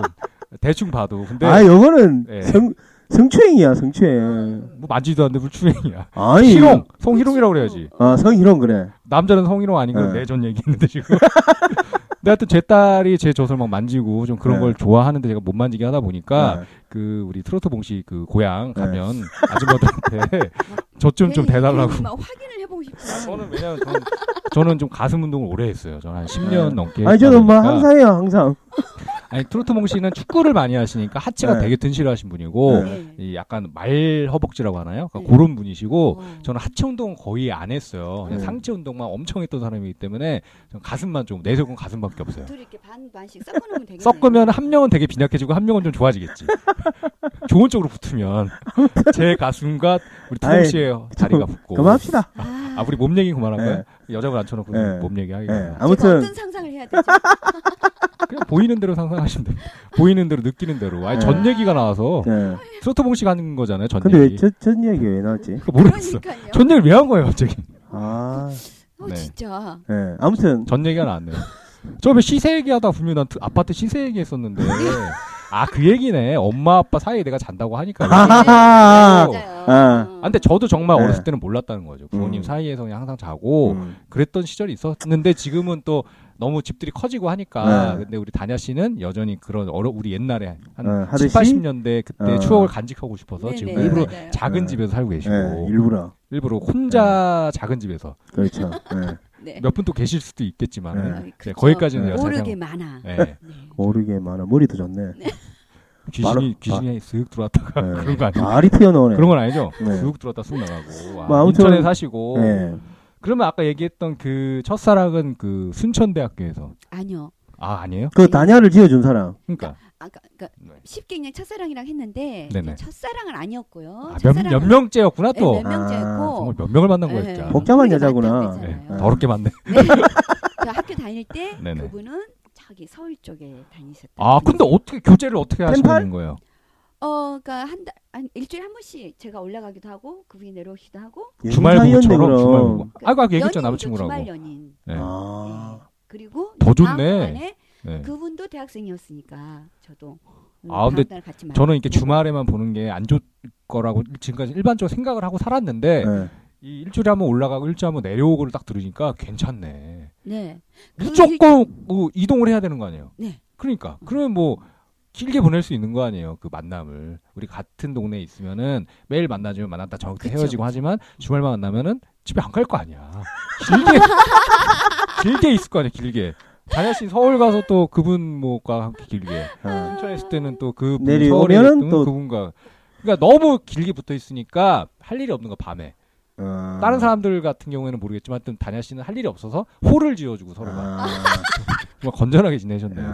[SPEAKER 2] 대충 봐도 근데
[SPEAKER 8] 아 이거는
[SPEAKER 2] 네.
[SPEAKER 8] 성 성추행이야 성추행.
[SPEAKER 2] 뭐 만지도 않는데 불충행이야.
[SPEAKER 8] 아니
[SPEAKER 2] 희롱, 성희롱이라고 그래야지.
[SPEAKER 8] 아 성희롱 그래.
[SPEAKER 2] 남자는 성희롱 아닌 걸
[SPEAKER 8] 네.
[SPEAKER 2] 내전 얘기했는데 지금. 근데 하여튼 제 딸이 제 젖을 막 만지고 좀 그런
[SPEAKER 8] 네.
[SPEAKER 2] 걸 좋아하는데 제가 못 만지게 하다 보니까
[SPEAKER 8] 네.
[SPEAKER 2] 그 우리 트로트 봉씨 그 고향
[SPEAKER 8] 네.
[SPEAKER 2] 가면 아줌마들한테 젖좀
[SPEAKER 4] 네.
[SPEAKER 2] 좀 대달라고.
[SPEAKER 4] 막 확인을 해보고 싶어요.
[SPEAKER 2] 저는 왜냐면 저는, 저는 좀 가슴 운동을 오래 했어요. 저는 한 10년
[SPEAKER 8] 네.
[SPEAKER 2] 넘게.
[SPEAKER 8] 아니 저는 뭐
[SPEAKER 2] 했다 보니까.
[SPEAKER 8] 항상해요 항상.
[SPEAKER 2] 아니 트로트 봉씨는 축구를 많이 하시니까 하체가
[SPEAKER 8] 네.
[SPEAKER 2] 되게 튼실하신 분이고
[SPEAKER 8] 네.
[SPEAKER 4] 예.
[SPEAKER 2] 이 약간 말 허벅지라고 하나요? 그러니까
[SPEAKER 4] 네.
[SPEAKER 2] 그런 분이시고
[SPEAKER 4] 어.
[SPEAKER 2] 저는 하체 운동은 거의 안 했어요. 그냥
[SPEAKER 8] 네.
[SPEAKER 2] 상체 운동만 엄청 했던 사람이기 때문에 저는 가슴만 좀 내적은 가슴밖에 없어요.
[SPEAKER 4] 둘이 이렇게 반 반씩 섞어놓으면 되겠네요.
[SPEAKER 2] 섞으면 한 명은 되게 빈약해지고 한 명은 좀 좋아지겠지. 좋은 쪽으로 붙으면 제 가슴과 우리 투동
[SPEAKER 8] 아이,
[SPEAKER 2] 씨의 다리가 붙고.
[SPEAKER 8] 그만합시다.
[SPEAKER 4] 아,
[SPEAKER 2] 아 우리 몸 얘기 그만할까요? 여자분 앉혀놓고
[SPEAKER 8] 네.
[SPEAKER 2] 몸 얘기 하기.
[SPEAKER 8] 예.
[SPEAKER 4] 제가
[SPEAKER 8] 아무튼
[SPEAKER 4] 어떤 상상을 해야 되죠?
[SPEAKER 2] 그냥 보이는 대로 상상하시면 돼요. 보이는 대로 느끼는 대로. 아니 전
[SPEAKER 4] 네.
[SPEAKER 2] 얘기가 나와서
[SPEAKER 8] 예.
[SPEAKER 2] 트로트봉 씨가 하는 거잖아요. 전
[SPEAKER 8] 근데
[SPEAKER 2] 얘기.
[SPEAKER 8] 왜저전 얘기 왜 나왔지?
[SPEAKER 2] 그거 모르겠어.
[SPEAKER 4] 그러니까요.
[SPEAKER 2] 전 얘기를 왜 한 거예요 갑자기?
[SPEAKER 8] 아,
[SPEAKER 4] 어
[SPEAKER 2] 네.
[SPEAKER 4] 진짜.
[SPEAKER 8] 예. 아무튼
[SPEAKER 2] 전 얘기가 나왔네요. 저번에 시세 얘기하다 분명히 난 트- 아파트 시세 얘기했었는데 아 그 얘기네 엄마 아빠 사이에 내가 잔다고 하니까
[SPEAKER 8] 아하하.
[SPEAKER 2] 네.
[SPEAKER 4] 맞아요.
[SPEAKER 8] 아.
[SPEAKER 4] 어.
[SPEAKER 2] 아, 근데 저도 정말
[SPEAKER 8] 네.
[SPEAKER 2] 어렸을 때는 몰랐다는 거죠 부모님
[SPEAKER 8] 음.
[SPEAKER 2] 사이에서 그냥 항상 자고
[SPEAKER 8] 음,
[SPEAKER 2] 그랬던 시절이 있었는데 지금은 또 너무 집들이 커지고 하니까
[SPEAKER 8] 네.
[SPEAKER 2] 근데 우리 다냐 씨는 여전히 그런 어려 우리 옛날에 한
[SPEAKER 8] 어,
[SPEAKER 2] 7,
[SPEAKER 8] 하듯이
[SPEAKER 2] 80년대 그때
[SPEAKER 8] 어.
[SPEAKER 2] 추억을 간직하고 싶어서
[SPEAKER 4] 네네,
[SPEAKER 2] 지금
[SPEAKER 8] 네.
[SPEAKER 2] 일부러
[SPEAKER 4] 맞아요.
[SPEAKER 2] 작은
[SPEAKER 8] 네.
[SPEAKER 2] 집에서 살고
[SPEAKER 8] 예,
[SPEAKER 2] 계시고
[SPEAKER 8] 일부러 네.
[SPEAKER 2] 일부러 혼자 작은 집에서
[SPEAKER 8] 그렇죠. 예.
[SPEAKER 4] 네. 아,
[SPEAKER 2] 몇 분 또 계실 수도 있겠지만
[SPEAKER 8] 네.
[SPEAKER 2] 은
[SPEAKER 4] 그쵸.
[SPEAKER 2] 거기까지는
[SPEAKER 8] 네.
[SPEAKER 2] 내가 자세한
[SPEAKER 4] 모르게 많아. 네.
[SPEAKER 2] 예.
[SPEAKER 8] 모르게 많아 머리도 좋네. 예.
[SPEAKER 2] 귀신이
[SPEAKER 8] 바로-
[SPEAKER 2] 귀신이 쓱 들어왔다가
[SPEAKER 8] 예.
[SPEAKER 2] 그런 거 아니야?
[SPEAKER 8] 알이 튀어나오네.
[SPEAKER 2] 그런 건 아니죠?
[SPEAKER 8] 네.
[SPEAKER 2] 쓱 들어왔다 쑥 나가고 와,
[SPEAKER 8] 뭐 아무튼-
[SPEAKER 2] 인천에 사시고
[SPEAKER 8] 예.
[SPEAKER 2] 그러면 아까 얘기했던 그 첫사랑은 그 순천대학교에서
[SPEAKER 4] 아니요.
[SPEAKER 2] 아 아니에요?
[SPEAKER 8] 그 단야를 지어준 사람.
[SPEAKER 2] 그러니까
[SPEAKER 4] 아까 그러니까
[SPEAKER 2] 네.
[SPEAKER 4] 쉽게 그냥 첫사랑이랑 했는데
[SPEAKER 2] 네네.
[SPEAKER 4] 어, 첫사랑은 아니었고요. 네,
[SPEAKER 2] 아, 몇, 몇 명째였구나 또
[SPEAKER 4] 몇 명째였고
[SPEAKER 2] 정말 몇 명을 만난 거야
[SPEAKER 4] 네.
[SPEAKER 2] 진짜
[SPEAKER 8] 복- 복잡한
[SPEAKER 4] 소리가
[SPEAKER 8] 여자구나.
[SPEAKER 4] 많다고
[SPEAKER 2] 네.
[SPEAKER 4] 했잖아요.
[SPEAKER 2] 더럽게 많네
[SPEAKER 4] 저 학교 다닐 때
[SPEAKER 2] 네네.
[SPEAKER 4] 그분은 저기 서울 쪽에 다니셨다.
[SPEAKER 2] 아 근데 어떻게 교제를 어떻게
[SPEAKER 8] 템팔?
[SPEAKER 2] 하시는 거예요?
[SPEAKER 4] 어, 그러니까 한 달, 한 일주일에 한 번씩 제가 올라가기도 하고 그분이 내려오기도 하고
[SPEAKER 2] 주말
[SPEAKER 8] 연인 사이였네,
[SPEAKER 2] 부부처럼
[SPEAKER 8] 그럼.
[SPEAKER 2] 주말 부부 아까 얘기했죠
[SPEAKER 4] 연인이죠,
[SPEAKER 2] 남친구라고
[SPEAKER 4] 주말 연인.
[SPEAKER 2] 네.
[SPEAKER 8] 아,
[SPEAKER 4] 그리고
[SPEAKER 2] 더
[SPEAKER 4] 다음
[SPEAKER 2] 좋네.
[SPEAKER 4] 달에
[SPEAKER 2] 네.
[SPEAKER 4] 그분도 대학생이었으니까 저도 음,
[SPEAKER 2] 아, 근데
[SPEAKER 4] 다음 달 같이 만났고.
[SPEAKER 2] 저는 이렇게 주말에만 보는 게 안 좋을 거라고 지금까지 일반적으로 생각을 하고 살았는데
[SPEAKER 8] 예.
[SPEAKER 2] 이 일주일에 한 번 올라가고 일주일에 한 번 내려오고를 딱 들으니까 괜찮네.
[SPEAKER 4] 네. 그
[SPEAKER 2] 무조건 어, 이동을 해야 되는 거 아니에요?
[SPEAKER 4] 네.
[SPEAKER 2] 그러니까 그러면 뭐 길게 보낼 수 있는 거 아니에요? 그 만남을 우리 같은 동네에 있으면은 매일 만나주면 만났다 정확히
[SPEAKER 4] 그쵸,
[SPEAKER 2] 헤어지고
[SPEAKER 4] 그쵸.
[SPEAKER 2] 하지만 주말만 만나면은 집에 안 갈 거 아니야. 길게 길게 있을 거 아니야. 길게. 다냐 씨 서울 가서 또 그분 뭐가 함께 길게.
[SPEAKER 8] 아.
[SPEAKER 2] 춘천에 있을 때는 또그 서울에
[SPEAKER 8] 내려오면은
[SPEAKER 2] 있던
[SPEAKER 8] 또-
[SPEAKER 2] 그분과 그러니까 너무 길게 붙어 있으니까 할 일이 없는 거 밤에.
[SPEAKER 8] 아.
[SPEAKER 2] 다른 사람들 같은 경우에는 모르겠지만 하여튼 다냐 씨는 할 일이 없어서 홀을 지어주고 서로 막
[SPEAKER 8] 아,
[SPEAKER 2] 정말 건전하게 지내셨네요.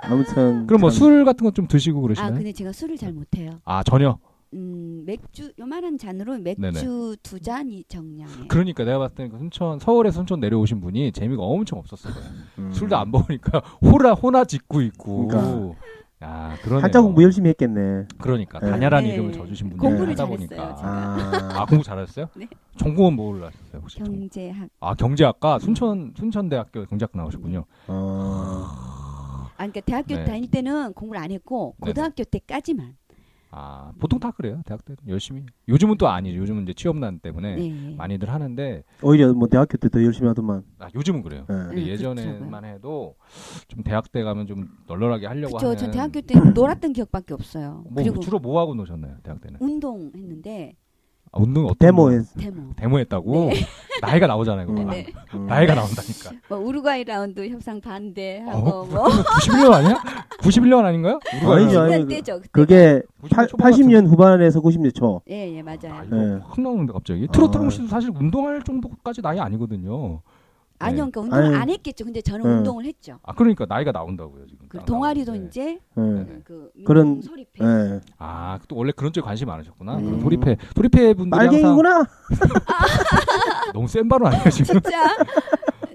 [SPEAKER 8] 아, 무튼
[SPEAKER 2] 예. 그럼 뭐 술 같은 건 좀 드시고
[SPEAKER 4] 아,
[SPEAKER 2] 그러시나요? 아,
[SPEAKER 4] 근데 제가 술을 잘 못해요.
[SPEAKER 2] 전혀.
[SPEAKER 4] 음, 맥주 요만한 잔으로 맥주
[SPEAKER 2] 네네.
[SPEAKER 4] 두 잔이 정량이에요.
[SPEAKER 2] 그러니까 내가 봤을 때는 그 순천 서울에서 순천 내려오신 분이 재미가 엄청 없었을 거예요. 술도 안 먹으니까 호라 호나 짓고 있고.
[SPEAKER 8] 음. 그러니까.
[SPEAKER 2] 아 그런.
[SPEAKER 8] 한자 공부 열심히 했겠네.
[SPEAKER 2] 그러니까
[SPEAKER 8] 네.
[SPEAKER 2] 다냐라는
[SPEAKER 4] 네.
[SPEAKER 2] 이름을 져주신 분이
[SPEAKER 4] 공부를
[SPEAKER 2] 하다
[SPEAKER 4] 잘했어요, 제가.
[SPEAKER 2] 보니까. 아
[SPEAKER 8] 아,
[SPEAKER 2] 공부 잘하셨어요?
[SPEAKER 4] 네.
[SPEAKER 2] 전공은 뭘 하셨어요 혹시? 경...
[SPEAKER 4] 경제학.
[SPEAKER 2] 아 경제학과 순천 순천대학교 경제학과 나오셨군요.
[SPEAKER 8] 어.
[SPEAKER 4] 아, 그러니까 대학교
[SPEAKER 2] 네.
[SPEAKER 4] 다닐 때는 공부를 안 했고
[SPEAKER 2] 네네.
[SPEAKER 4] 고등학교 때까지만.
[SPEAKER 2] 아 보통 다 그래요 대학 때 열심히. 요즘은 또 아니죠. 요즘은 이제 취업난 때문에
[SPEAKER 4] 네.
[SPEAKER 2] 많이들 하는데
[SPEAKER 8] 오히려 뭐 대학교 때 더 열심히 하더만.
[SPEAKER 2] 아, 요즘은 그래요.
[SPEAKER 8] 예.
[SPEAKER 2] 근데
[SPEAKER 4] 네,
[SPEAKER 2] 예전에만 해도 좀 대학 때 가면 좀 널널하게 하려고
[SPEAKER 4] 그렇죠.
[SPEAKER 2] 하는.
[SPEAKER 4] 전 대학교 때 놀았던 기억밖에 없어요.
[SPEAKER 2] 뭐
[SPEAKER 4] 그리고
[SPEAKER 2] 주로 뭐 하고 노셨나요 대학 때는?
[SPEAKER 4] 운동했는데
[SPEAKER 2] 아, 운동 어떤?
[SPEAKER 8] 데모에
[SPEAKER 4] 데모. 네.
[SPEAKER 2] 데모했다고? 나이가 나오잖아요. 그거.
[SPEAKER 7] 네.
[SPEAKER 8] 음.
[SPEAKER 2] 나이가 나온다니까.
[SPEAKER 7] 뭐 우루과이 라운드 협상 반대하고
[SPEAKER 2] 어,
[SPEAKER 7] 뭐
[SPEAKER 2] 91년 아니야? 91년 아닌가요? 우리가
[SPEAKER 8] 아니죠. 아니, 그-
[SPEAKER 7] 그때죠. 그때.
[SPEAKER 8] 그게
[SPEAKER 2] 구십 년 네. 초반 같은
[SPEAKER 8] 팔 80년 후반에서 90년 초.
[SPEAKER 7] 예, 예, 맞아요.
[SPEAKER 2] 아, 이거
[SPEAKER 8] 네.
[SPEAKER 2] 확 나오는데 갑자기 트로트
[SPEAKER 8] 아.
[SPEAKER 2] 홍씨도 사실 운동할 정도까지 나이 아니거든요.
[SPEAKER 7] 아니요,
[SPEAKER 2] 네.
[SPEAKER 7] 그러니까 운동을
[SPEAKER 8] 아니.
[SPEAKER 7] 안 했겠죠. 근데 저는
[SPEAKER 8] 네.
[SPEAKER 7] 운동을 했죠.
[SPEAKER 2] 아 그러니까 나이가 나온다고요 지금. 네.
[SPEAKER 7] 그
[SPEAKER 2] 나-
[SPEAKER 7] 동아리도
[SPEAKER 2] 나오는데.
[SPEAKER 7] 이제
[SPEAKER 8] 예.
[SPEAKER 2] 네.
[SPEAKER 7] 그
[SPEAKER 8] 그런-
[SPEAKER 7] 그런 소리패.
[SPEAKER 8] 예.
[SPEAKER 2] 아, 또 원래 그런 쪽에 관심이 많으셨구나.
[SPEAKER 8] 음.
[SPEAKER 2] 그럼 도리패, 도리패 분들이 항상
[SPEAKER 8] 빨갱이구나.
[SPEAKER 2] 너무 센 발언 아니에요 지금?
[SPEAKER 7] 진짜.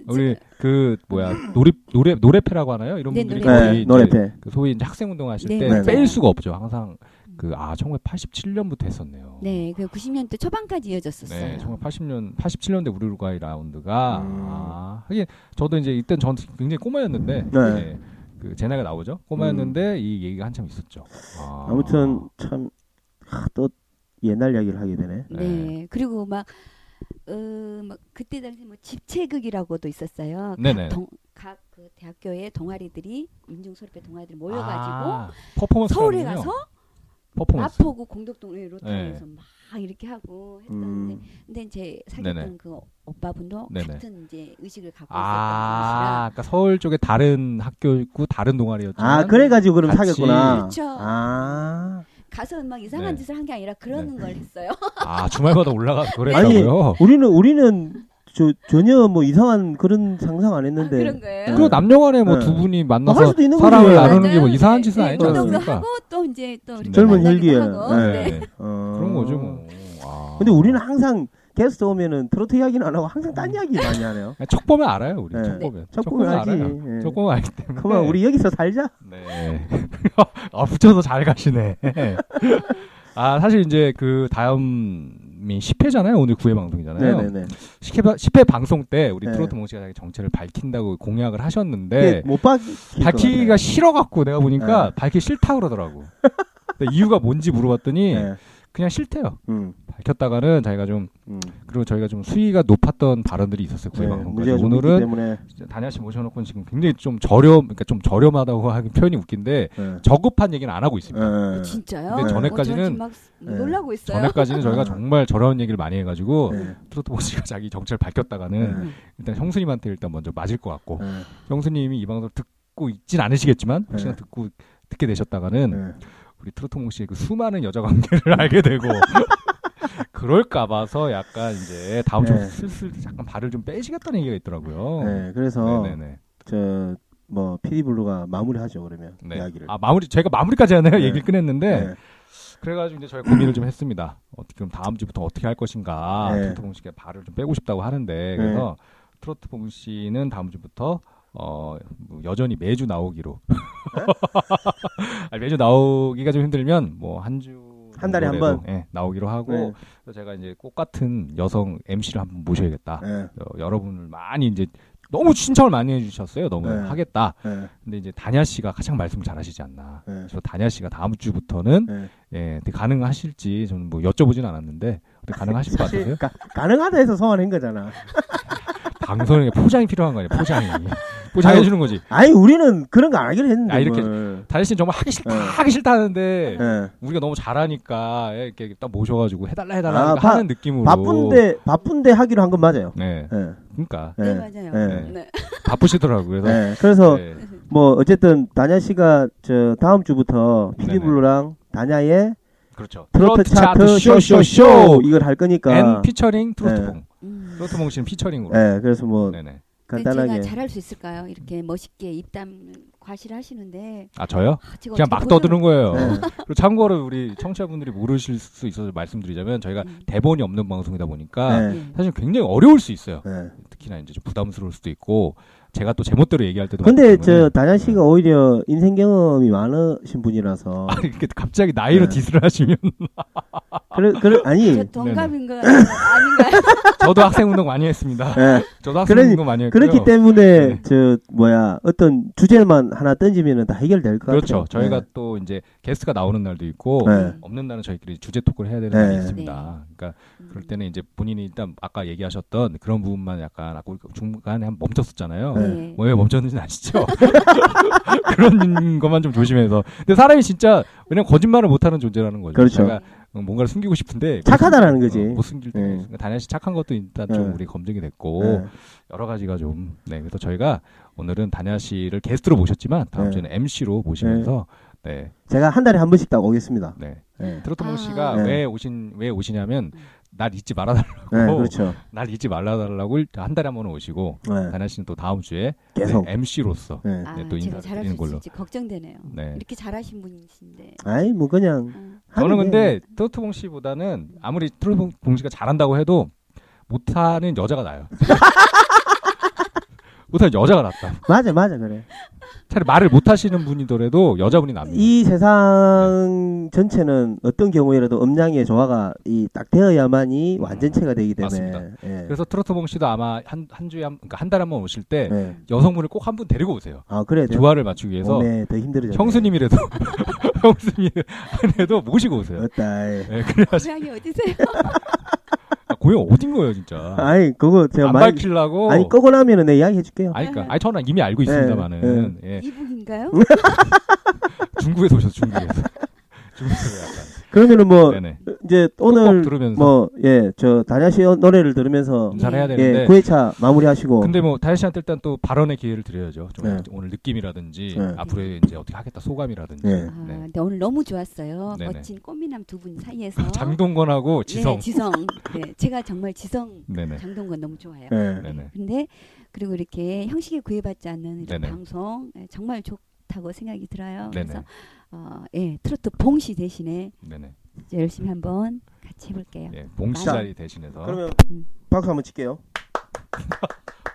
[SPEAKER 2] 우리 그 뭐야 노리 노래 노래패라고 하나요? 이런
[SPEAKER 7] 네,
[SPEAKER 2] 분들이
[SPEAKER 7] 노래패.
[SPEAKER 2] 거의
[SPEAKER 8] 네,
[SPEAKER 2] 이제
[SPEAKER 8] 노래패.
[SPEAKER 2] 그 소위 이제 학생 운동하실
[SPEAKER 7] 네,
[SPEAKER 2] 때
[SPEAKER 8] 맞아요.
[SPEAKER 2] 빼일 수가 없죠. 항상 그아 1987년부터 했었네요.
[SPEAKER 7] 네, 그 90년대 초반까지 이어졌었어요.
[SPEAKER 2] 네, 정말 80년, 87년대 우루과이 라운드가
[SPEAKER 8] 음.
[SPEAKER 2] 아, 하긴 저도 이제 이때 전 굉장히 꼬마였는데
[SPEAKER 8] 네. 음.
[SPEAKER 2] 예, 그 제나가 나오죠. 꼬마였는데 이 얘기가 한참 있었죠. 아.
[SPEAKER 8] 아무튼 참 또 옛날 이야기를 하게 되네.
[SPEAKER 7] 네. 그리고 막, 어, 막 그때 당시 뭐 집체극이라고도 있었어요.
[SPEAKER 2] 네네.
[SPEAKER 7] 각 그 대학교의 동아리들이 민중 소리패 동아리들이 모여가지고
[SPEAKER 2] 아, 퍼포먼스
[SPEAKER 7] 서울에 가서
[SPEAKER 2] 퍼포먼스.
[SPEAKER 7] 마포구 공덕동 로타리에서 막 이렇게 하고 했었는데
[SPEAKER 8] 음.
[SPEAKER 7] 근데 제
[SPEAKER 2] 네. 네네.
[SPEAKER 7] 사귀던 그 오빠분도
[SPEAKER 2] 네네.
[SPEAKER 7] 같은 이제 의식을 갖고
[SPEAKER 2] 아, 그러니까 서울 쪽에 다른 학교고 다른 동아리였지만
[SPEAKER 8] 아, 그래 가지고 그럼
[SPEAKER 2] 같이-
[SPEAKER 8] 사귀었구나.
[SPEAKER 7] 그렇죠.
[SPEAKER 8] 아.
[SPEAKER 7] 있었던 것이라 가서 막 이상한
[SPEAKER 2] 네.
[SPEAKER 7] 짓을 한 게 아니라 그러는 걸 했어요.
[SPEAKER 2] 아, 주말마다 올라가서 그랬다고요.
[SPEAKER 8] 우리는 우리는 저, 전혀 뭐 이상한 그런 상상 안
[SPEAKER 7] 아,
[SPEAKER 8] 했는데.
[SPEAKER 7] 그런 거예요.
[SPEAKER 2] 그리고 남녀간에 뭐
[SPEAKER 8] 네.
[SPEAKER 2] 두 분이
[SPEAKER 8] 할
[SPEAKER 2] 만나서
[SPEAKER 8] 수도 있는
[SPEAKER 2] 사랑을
[SPEAKER 8] 거지.
[SPEAKER 2] 나누는 게 뭐
[SPEAKER 7] 맞아요.
[SPEAKER 2] 이상한 짓은
[SPEAKER 7] 네,
[SPEAKER 2] 아니지
[SPEAKER 8] 운동도
[SPEAKER 2] 않습니까?
[SPEAKER 7] 하고 또 이제 또 이렇게
[SPEAKER 8] 젊은
[SPEAKER 7] 만나기도
[SPEAKER 8] 혈기에.
[SPEAKER 7] 하고.
[SPEAKER 8] 네.
[SPEAKER 7] 네.
[SPEAKER 8] 어.
[SPEAKER 2] 그런 거죠 뭐. 아.
[SPEAKER 8] 근데 우리는 항상 게스트 오면은 트로트 이야기는 안 하고 항상
[SPEAKER 2] 음.
[SPEAKER 8] 딴 이야기 많이 하네요.
[SPEAKER 2] 아니, 척 보면 알아요 우리
[SPEAKER 8] 네.
[SPEAKER 2] 척 보면
[SPEAKER 8] 척 보면 알지.
[SPEAKER 2] 알아요
[SPEAKER 8] 예.
[SPEAKER 2] 척 보면 알기 때문에
[SPEAKER 8] 그만 우리 여기서 살자.
[SPEAKER 2] 네. 아 붙여서 잘 가시네 아 사실 이제 그 다음이 10회잖아요 오늘 9회 방송이잖아요
[SPEAKER 8] 네네네.
[SPEAKER 2] 10회, 10회 방송 때 우리
[SPEAKER 8] 네.
[SPEAKER 2] 트로트 몽씨가 자기 정체를 밝힌다고 공약을 하셨는데
[SPEAKER 8] 네. 못 박힐
[SPEAKER 2] 밝히기가 싫어갖고 내가 보니까
[SPEAKER 8] 네.
[SPEAKER 2] 밝히기 싫다 그러더라고 근데 이유가 뭔지 물어봤더니
[SPEAKER 8] 네.
[SPEAKER 2] 그냥 싫대요
[SPEAKER 8] 음.
[SPEAKER 2] 밝혔다가는 자기가 좀
[SPEAKER 8] 음.
[SPEAKER 2] 그리고 저희가 좀 수위가 높았던 발언들이 있었어요 9회
[SPEAKER 8] 네,
[SPEAKER 2] 방송까지
[SPEAKER 8] 문제가 좀 있기
[SPEAKER 2] 오늘은
[SPEAKER 8] 때문에
[SPEAKER 2] 진짜 다냐 씨 모셔놓고는 지금 굉장히 좀 저렴, 그러니까 좀 저렴하다고 하긴 표현이 웃긴데
[SPEAKER 8] 네.
[SPEAKER 2] 저급한 얘기는 안 하고 있습니다.
[SPEAKER 7] 어,
[SPEAKER 8] 네.
[SPEAKER 7] 진짜요?
[SPEAKER 2] 근데
[SPEAKER 7] 어,
[SPEAKER 2] 전에까지는-
[SPEAKER 7] 저는 지금 막
[SPEAKER 8] 네.
[SPEAKER 7] 놀라고 있어요.
[SPEAKER 2] 전에까지는 저희가
[SPEAKER 8] 아.
[SPEAKER 2] 정말 저렴한 얘기를 많이 해가지고
[SPEAKER 8] 네.
[SPEAKER 2] 트로트 보씨가 자기 정체를 밝혔다가는
[SPEAKER 8] 네.
[SPEAKER 2] 일단 형수님한테 일단 먼저 맞을 것 같고
[SPEAKER 8] 네.
[SPEAKER 2] 형수님이 이 방송을 듣고 있진 않으시겠지만 혹시나
[SPEAKER 8] 네.
[SPEAKER 2] 듣고 듣게 되셨다가는
[SPEAKER 8] 네.
[SPEAKER 2] 우리 트로트 몽 씨의 그 수많은 여자 관계를 알게 되고 그럴까 봐서 약간 이제 다음 주
[SPEAKER 8] 네.
[SPEAKER 2] 슬슬 잠깐 발을 좀 빼시겠다는 얘기가 있더라고요.
[SPEAKER 8] 네, 그래서
[SPEAKER 2] 네네네.
[SPEAKER 8] 저 뭐 피디블루가 마무리하죠 그러면
[SPEAKER 2] 네.
[SPEAKER 8] 이야기를.
[SPEAKER 2] 아 마무리 제가 마무리까지 하네요.
[SPEAKER 8] 네.
[SPEAKER 2] 얘기를 끝냈는데
[SPEAKER 8] 네.
[SPEAKER 2] 그래가지고 이제 저희 고민을 좀 했습니다. 어떻게 그럼 다음 주부터 어떻게 할 것인가.
[SPEAKER 8] 네.
[SPEAKER 2] 트로트 봉 씨께 발을 좀 빼고 싶다고 하는데 그래서 트로트 봉 씨는 다음 주부터 어뭐 여전히 매주 나오기로.
[SPEAKER 8] 네?
[SPEAKER 2] 아니, 매주 나오기가 좀 힘들면 뭐 한 주.
[SPEAKER 8] 한 달에 한
[SPEAKER 2] 정도라도, 예, 나오기로 하고
[SPEAKER 8] 네.
[SPEAKER 2] 그래서 제가 이제 꽃 같은 여성 MC를 한번 모셔야겠다.
[SPEAKER 8] 네.
[SPEAKER 2] 어, 여러분을 많이 이제 너무 신청을 많이 해주셨어요. 너무
[SPEAKER 8] 네.
[SPEAKER 2] 하겠다.
[SPEAKER 8] 네.
[SPEAKER 2] 근데 이제 다냐 씨가 가장 말씀을 잘하시지 않나.
[SPEAKER 8] 네.
[SPEAKER 2] 그래서 다냐 씨가 다음 주부터는
[SPEAKER 8] 네.
[SPEAKER 2] 예, 근데 가능하실지 저는 뭐 여쭤보진 않았는데 근데 가능하실 것
[SPEAKER 8] 아, 사실
[SPEAKER 2] 같으세요?
[SPEAKER 8] 예. 가, 가능하다 해서 성원한 거잖아.
[SPEAKER 2] 방송에 포장이 필요한 거 아니에요? 포장이 포장해 주는 거지.
[SPEAKER 8] 아니 우리는 그런 거 안 하기로 했는데.
[SPEAKER 2] 아, 이렇게-
[SPEAKER 8] 뭘.
[SPEAKER 2] 다냐 씨는 정말 하기 싫다
[SPEAKER 8] 네.
[SPEAKER 2] 하기 싫다 하는데
[SPEAKER 8] 네.
[SPEAKER 2] 우리가 너무 잘하니까 예, 이렇게 딱 모셔가지고 해달라
[SPEAKER 8] 아,
[SPEAKER 2] 해달라
[SPEAKER 8] 바-
[SPEAKER 2] 하는 느낌으로
[SPEAKER 8] 바쁜데 바쁜데 하기로 한 건 맞아요.
[SPEAKER 2] 네,
[SPEAKER 8] 네.
[SPEAKER 2] 그러니까
[SPEAKER 7] 네,
[SPEAKER 8] 네.
[SPEAKER 7] 맞아요.
[SPEAKER 8] 네.
[SPEAKER 7] 네.
[SPEAKER 2] 바쁘시더라고 요 그래서
[SPEAKER 8] 네. 그래서
[SPEAKER 2] 예,
[SPEAKER 8] 뭐 어쨌든 다냐 씨가 저 다음 주부터 피디블루랑 다냐의
[SPEAKER 2] 그렇죠.
[SPEAKER 8] 트로트 차트 쇼쇼쇼
[SPEAKER 2] 쇼쇼쇼
[SPEAKER 8] 이걸 할 거니까.
[SPEAKER 2] 앤 피처링 트로트봉
[SPEAKER 7] 음.
[SPEAKER 2] 트로트봉 씨는 피처링으로
[SPEAKER 8] 네. 그래서 뭐
[SPEAKER 2] 네네
[SPEAKER 7] 근데
[SPEAKER 8] 간단하게.
[SPEAKER 7] 제가 잘할 수 있을까요? 이렇게 멋있게 입담 과시를 하시는데
[SPEAKER 2] 아 저요?
[SPEAKER 7] 아, 제가
[SPEAKER 2] 그냥
[SPEAKER 7] 어떻게
[SPEAKER 2] 막
[SPEAKER 7] 보여요?
[SPEAKER 2] 떠드는 거예요.
[SPEAKER 8] 네.
[SPEAKER 2] 그리고 참고로 우리 청취자분들이 모르실 수 있어서 말씀드리자면 저희가
[SPEAKER 7] 음.
[SPEAKER 2] 대본이 없는 방송이다 보니까
[SPEAKER 8] 네.
[SPEAKER 7] 네.
[SPEAKER 2] 사실 굉장히 어려울 수 있어요.
[SPEAKER 8] 네.
[SPEAKER 2] 특히나 이제 좀 부담스러울 수도 있고 제가 또 제멋대로 얘기할 때도
[SPEAKER 8] 근데
[SPEAKER 2] 많기 때문에.
[SPEAKER 8] 저 다냐 씨가 오히려 인생 경험이 많으신 분이라서
[SPEAKER 2] 아, 이렇게 갑자기 나이로
[SPEAKER 8] 네.
[SPEAKER 2] 디스를 하시면
[SPEAKER 8] 그래 그래 아니
[SPEAKER 7] 저 동갑인 거 아닌가요?
[SPEAKER 2] 저도 학생 운동 많이 했습니다.
[SPEAKER 8] 예,
[SPEAKER 2] 저도 학생
[SPEAKER 8] 그래-
[SPEAKER 2] 운동 많이 했고요.
[SPEAKER 8] 그렇기 때문에
[SPEAKER 2] 그렇죠. 네.
[SPEAKER 8] 저 뭐야 어떤 주제만 하나 던지면은 다 해결될 것
[SPEAKER 2] 그렇죠.
[SPEAKER 8] 같아요. 예.
[SPEAKER 2] 저희가 또 이제 게스트가 나오는 날도 있고
[SPEAKER 8] 네.
[SPEAKER 2] 없는 날은 저희끼리 주제 토크를 해야 되는
[SPEAKER 8] 네.
[SPEAKER 2] 날이 있습니다. 그러니까
[SPEAKER 7] 음.
[SPEAKER 2] 그럴 때는 이제 본인이 일단 아까 얘기하셨던 그런 부분만 약간 아까 우리가 중간에 한 멈췄었잖아요.
[SPEAKER 8] 네.
[SPEAKER 7] 네.
[SPEAKER 2] 뭐왜 멈췄는지는 아시죠? 그런 것만 좀 조심해서. 근데 사람이 진짜 왜냐면 거짓말을 못하는 존재라는 거죠.
[SPEAKER 8] 그렇죠.
[SPEAKER 2] 제가 어, 뭔가를 숨기고 싶은데
[SPEAKER 8] 착하다라는
[SPEAKER 2] 못 숨-
[SPEAKER 8] 거지.
[SPEAKER 2] 어, 못 숨길 때가
[SPEAKER 8] 네.
[SPEAKER 2] 있으니까 다냐 씨 착한 것도 일단 좀
[SPEAKER 8] 네.
[SPEAKER 2] 우리 검증이 됐고
[SPEAKER 8] 네.
[SPEAKER 2] 여러 가지가 좀 네. 그래서 저희가 오늘은 다냐 씨를 게스트로 모셨지만 다음
[SPEAKER 8] 네.
[SPEAKER 2] 주에는 MC로 모시면서 네.
[SPEAKER 8] 제가 한 달에 한 번씩 딱 오겠습니다.
[SPEAKER 2] 네.
[SPEAKER 8] 네.
[SPEAKER 2] 트로트몽
[SPEAKER 7] 아.
[SPEAKER 2] 씨가
[SPEAKER 8] 네.
[SPEAKER 2] 왜 오신 왜 오시냐면 날 잊지 말아
[SPEAKER 8] 네,
[SPEAKER 2] 오.
[SPEAKER 8] 그렇죠.
[SPEAKER 2] 날 잊지 말라 달라고 한 달에 한 번 오시고
[SPEAKER 8] 네.
[SPEAKER 2] 다냐 씨는 또 다음 주에
[SPEAKER 8] 계속.
[SPEAKER 2] MC로서
[SPEAKER 8] 네.
[SPEAKER 7] 아,
[SPEAKER 2] 네,
[SPEAKER 7] 제가
[SPEAKER 2] 또 인사를
[SPEAKER 7] 잘할
[SPEAKER 2] 드리는
[SPEAKER 7] 수
[SPEAKER 2] 걸로.
[SPEAKER 7] 있을지 걱정되네요.
[SPEAKER 2] 네.
[SPEAKER 7] 이렇게 잘하신 분이신데.
[SPEAKER 8] 아이 뭐 그냥
[SPEAKER 7] 어.
[SPEAKER 2] 저는
[SPEAKER 8] 하는데.
[SPEAKER 2] 근데 트로트봉 씨보다는 아무리 트로트봉 씨가 잘한다고 해도 못하는 여자가 나요. 못하는 여자가 낫다.
[SPEAKER 8] 맞아 맞아 그래.
[SPEAKER 2] 차라리 말을 못하시는 분이더라도 여자분이 납니다.
[SPEAKER 8] 이 세상 전체는 어떤 경우에라도 음량의 조화가 이 딱 되어야만이 완전체가 되기 때문에.
[SPEAKER 2] 맞습니다.
[SPEAKER 8] 예.
[SPEAKER 2] 그래서 트로트봉 씨도 아마 한, 한 주에 한, 그러니까 한 달에 한 번 오실 때
[SPEAKER 8] 예.
[SPEAKER 2] 여성분을 꼭 한 분 데리고 오세요.
[SPEAKER 8] 아 그래.
[SPEAKER 2] 조화를 맞추기 위해서
[SPEAKER 8] 몸에 더 힘들어져.
[SPEAKER 2] 형수님이라도 형수님이라도 모시고 오세요.
[SPEAKER 8] 어따. 예.
[SPEAKER 2] 네, 그래
[SPEAKER 7] 고향이 어디세요?
[SPEAKER 2] 아, 고향 어딘 거예요 진짜.
[SPEAKER 8] 아이 그거 제가
[SPEAKER 2] 안
[SPEAKER 8] 많이
[SPEAKER 2] 밝히려고.
[SPEAKER 8] 아니 끄고 나면은 내 이야기 해줄게요.
[SPEAKER 2] 아니, 그러니까, 아니, 저는 이미 알고
[SPEAKER 8] 네,
[SPEAKER 2] 있습니다만은, 예,
[SPEAKER 7] 이북인가요?
[SPEAKER 2] 중국에서 오셨어, 중국에서. 중국에서 약간.
[SPEAKER 8] 그러면은 뭐
[SPEAKER 2] 네네.
[SPEAKER 8] 이제
[SPEAKER 2] 꼭
[SPEAKER 8] 오늘
[SPEAKER 2] 들으면서
[SPEAKER 8] 뭐 예 저 다냐 씨 노래를 들으면서
[SPEAKER 2] 잘 해야 되는데.
[SPEAKER 8] 예 9회차 마무리하시고
[SPEAKER 2] 근데 뭐 다혜 씨한테 일단 또 발언의 기회를 드려야죠. 좀
[SPEAKER 8] 네.
[SPEAKER 2] 오늘 느낌이라든지
[SPEAKER 8] 네.
[SPEAKER 2] 앞으로 이제 어떻게 하겠다 소감이라든지.
[SPEAKER 8] 예.
[SPEAKER 7] 아,
[SPEAKER 2] 네.
[SPEAKER 7] 근데 오늘 너무 좋았어요.
[SPEAKER 2] 네네.
[SPEAKER 7] 멋진 꽃미남 두 분 사이에서.
[SPEAKER 4] 아.
[SPEAKER 2] 장동건하고 지성.
[SPEAKER 7] 네, 지성. 네, 제가 정말 지성
[SPEAKER 2] 네네.
[SPEAKER 7] 장동건 너무 좋아해요.
[SPEAKER 8] 예.
[SPEAKER 2] 네네.
[SPEAKER 7] 근데 그리고 이렇게 형식에 구애받지 않는 이런
[SPEAKER 2] 네네.
[SPEAKER 7] 방송 예, 정말 좋다고 생각이 들어요.
[SPEAKER 2] 네네.
[SPEAKER 7] 그래서 어, 예, 트로트 봉시 대신에
[SPEAKER 2] 네네.
[SPEAKER 7] 이제 열심히 한번 같이 해볼게요.
[SPEAKER 2] 예. 봉씨
[SPEAKER 7] 맞아.
[SPEAKER 2] 자리 대신해서.
[SPEAKER 8] 그러면
[SPEAKER 7] 음.
[SPEAKER 8] 박수 한번 칠게요.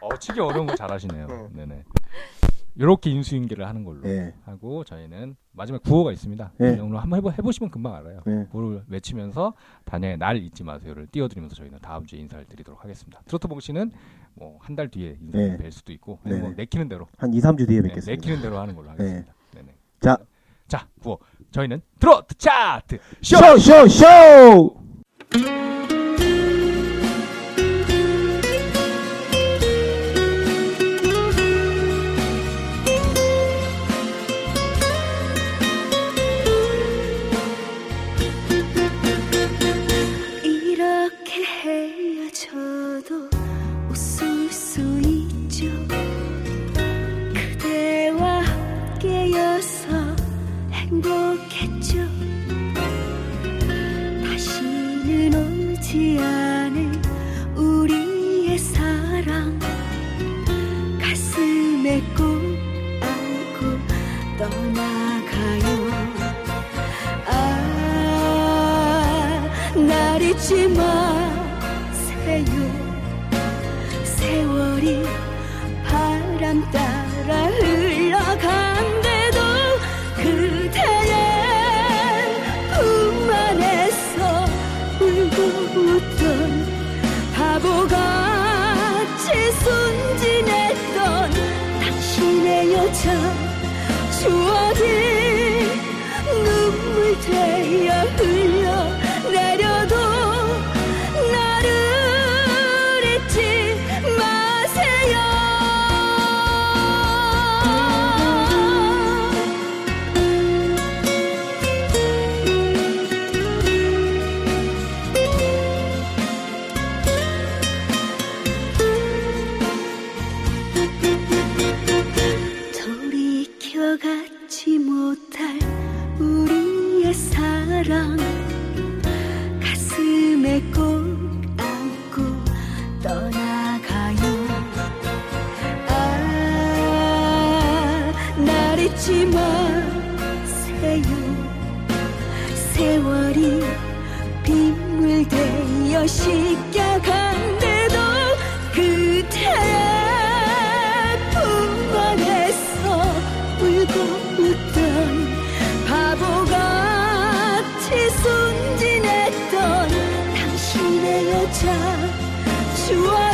[SPEAKER 2] 어, 치기 어려운 거 잘하시네요.
[SPEAKER 8] 네.
[SPEAKER 2] 네네. 요렇게 인수인계를 하는 걸로
[SPEAKER 8] 예.
[SPEAKER 2] 하고 저희는 마지막 구호가 있습니다.
[SPEAKER 8] 네.
[SPEAKER 2] 그냥 오늘 한번 해보, 해보시면 금방 알아요.
[SPEAKER 8] 예.
[SPEAKER 2] 구호를 외치면서 단야의 날 잊지 마세요를 띄워드리면서 저희는 다음 주에 인사를 드리도록 하겠습니다. 트로트 봉씨는 뭐 한 달 뒤에 인사를
[SPEAKER 8] 네.
[SPEAKER 2] 뵐 수도 있고 아니면 뭐
[SPEAKER 8] 네네.
[SPEAKER 2] 내키는 대로
[SPEAKER 8] 한 2, 3주 뒤에
[SPEAKER 2] 네,
[SPEAKER 8] 뵙겠습니다.
[SPEAKER 2] 내키는 대로 하는 걸로 하겠습니다. 네. 네
[SPEAKER 8] 자.
[SPEAKER 2] 자, 구호. 저희는 트로트 차트 쇼!
[SPEAKER 8] 쇼! 쇼! 쇼!
[SPEAKER 6] 이렇게 헤어져도 웃을 수 있죠 그대와 함께여서 행복했죠 다시는 오지 않을 우리의 사랑 가슴에 꼭 안고 떠나가요 아, 날 잊지 마세요. 세월이 바람 따라 흘러간대도 그대의 품 안에서 울고 웃던 바보같이 순진했던 당신의 여자 추억이 눈물 되어 흘러 내려도 나를 잊지 마세요. 돌이켜 갖지 못할 우리의 사랑 가슴에 꼭 안고 떠나가요 아, 날 잊지 마세요 세월이 빗물 되어 씻겨간대도 그대의 품 안에서 울고 웃던 바보같이 순진했던 당신의 여자 추억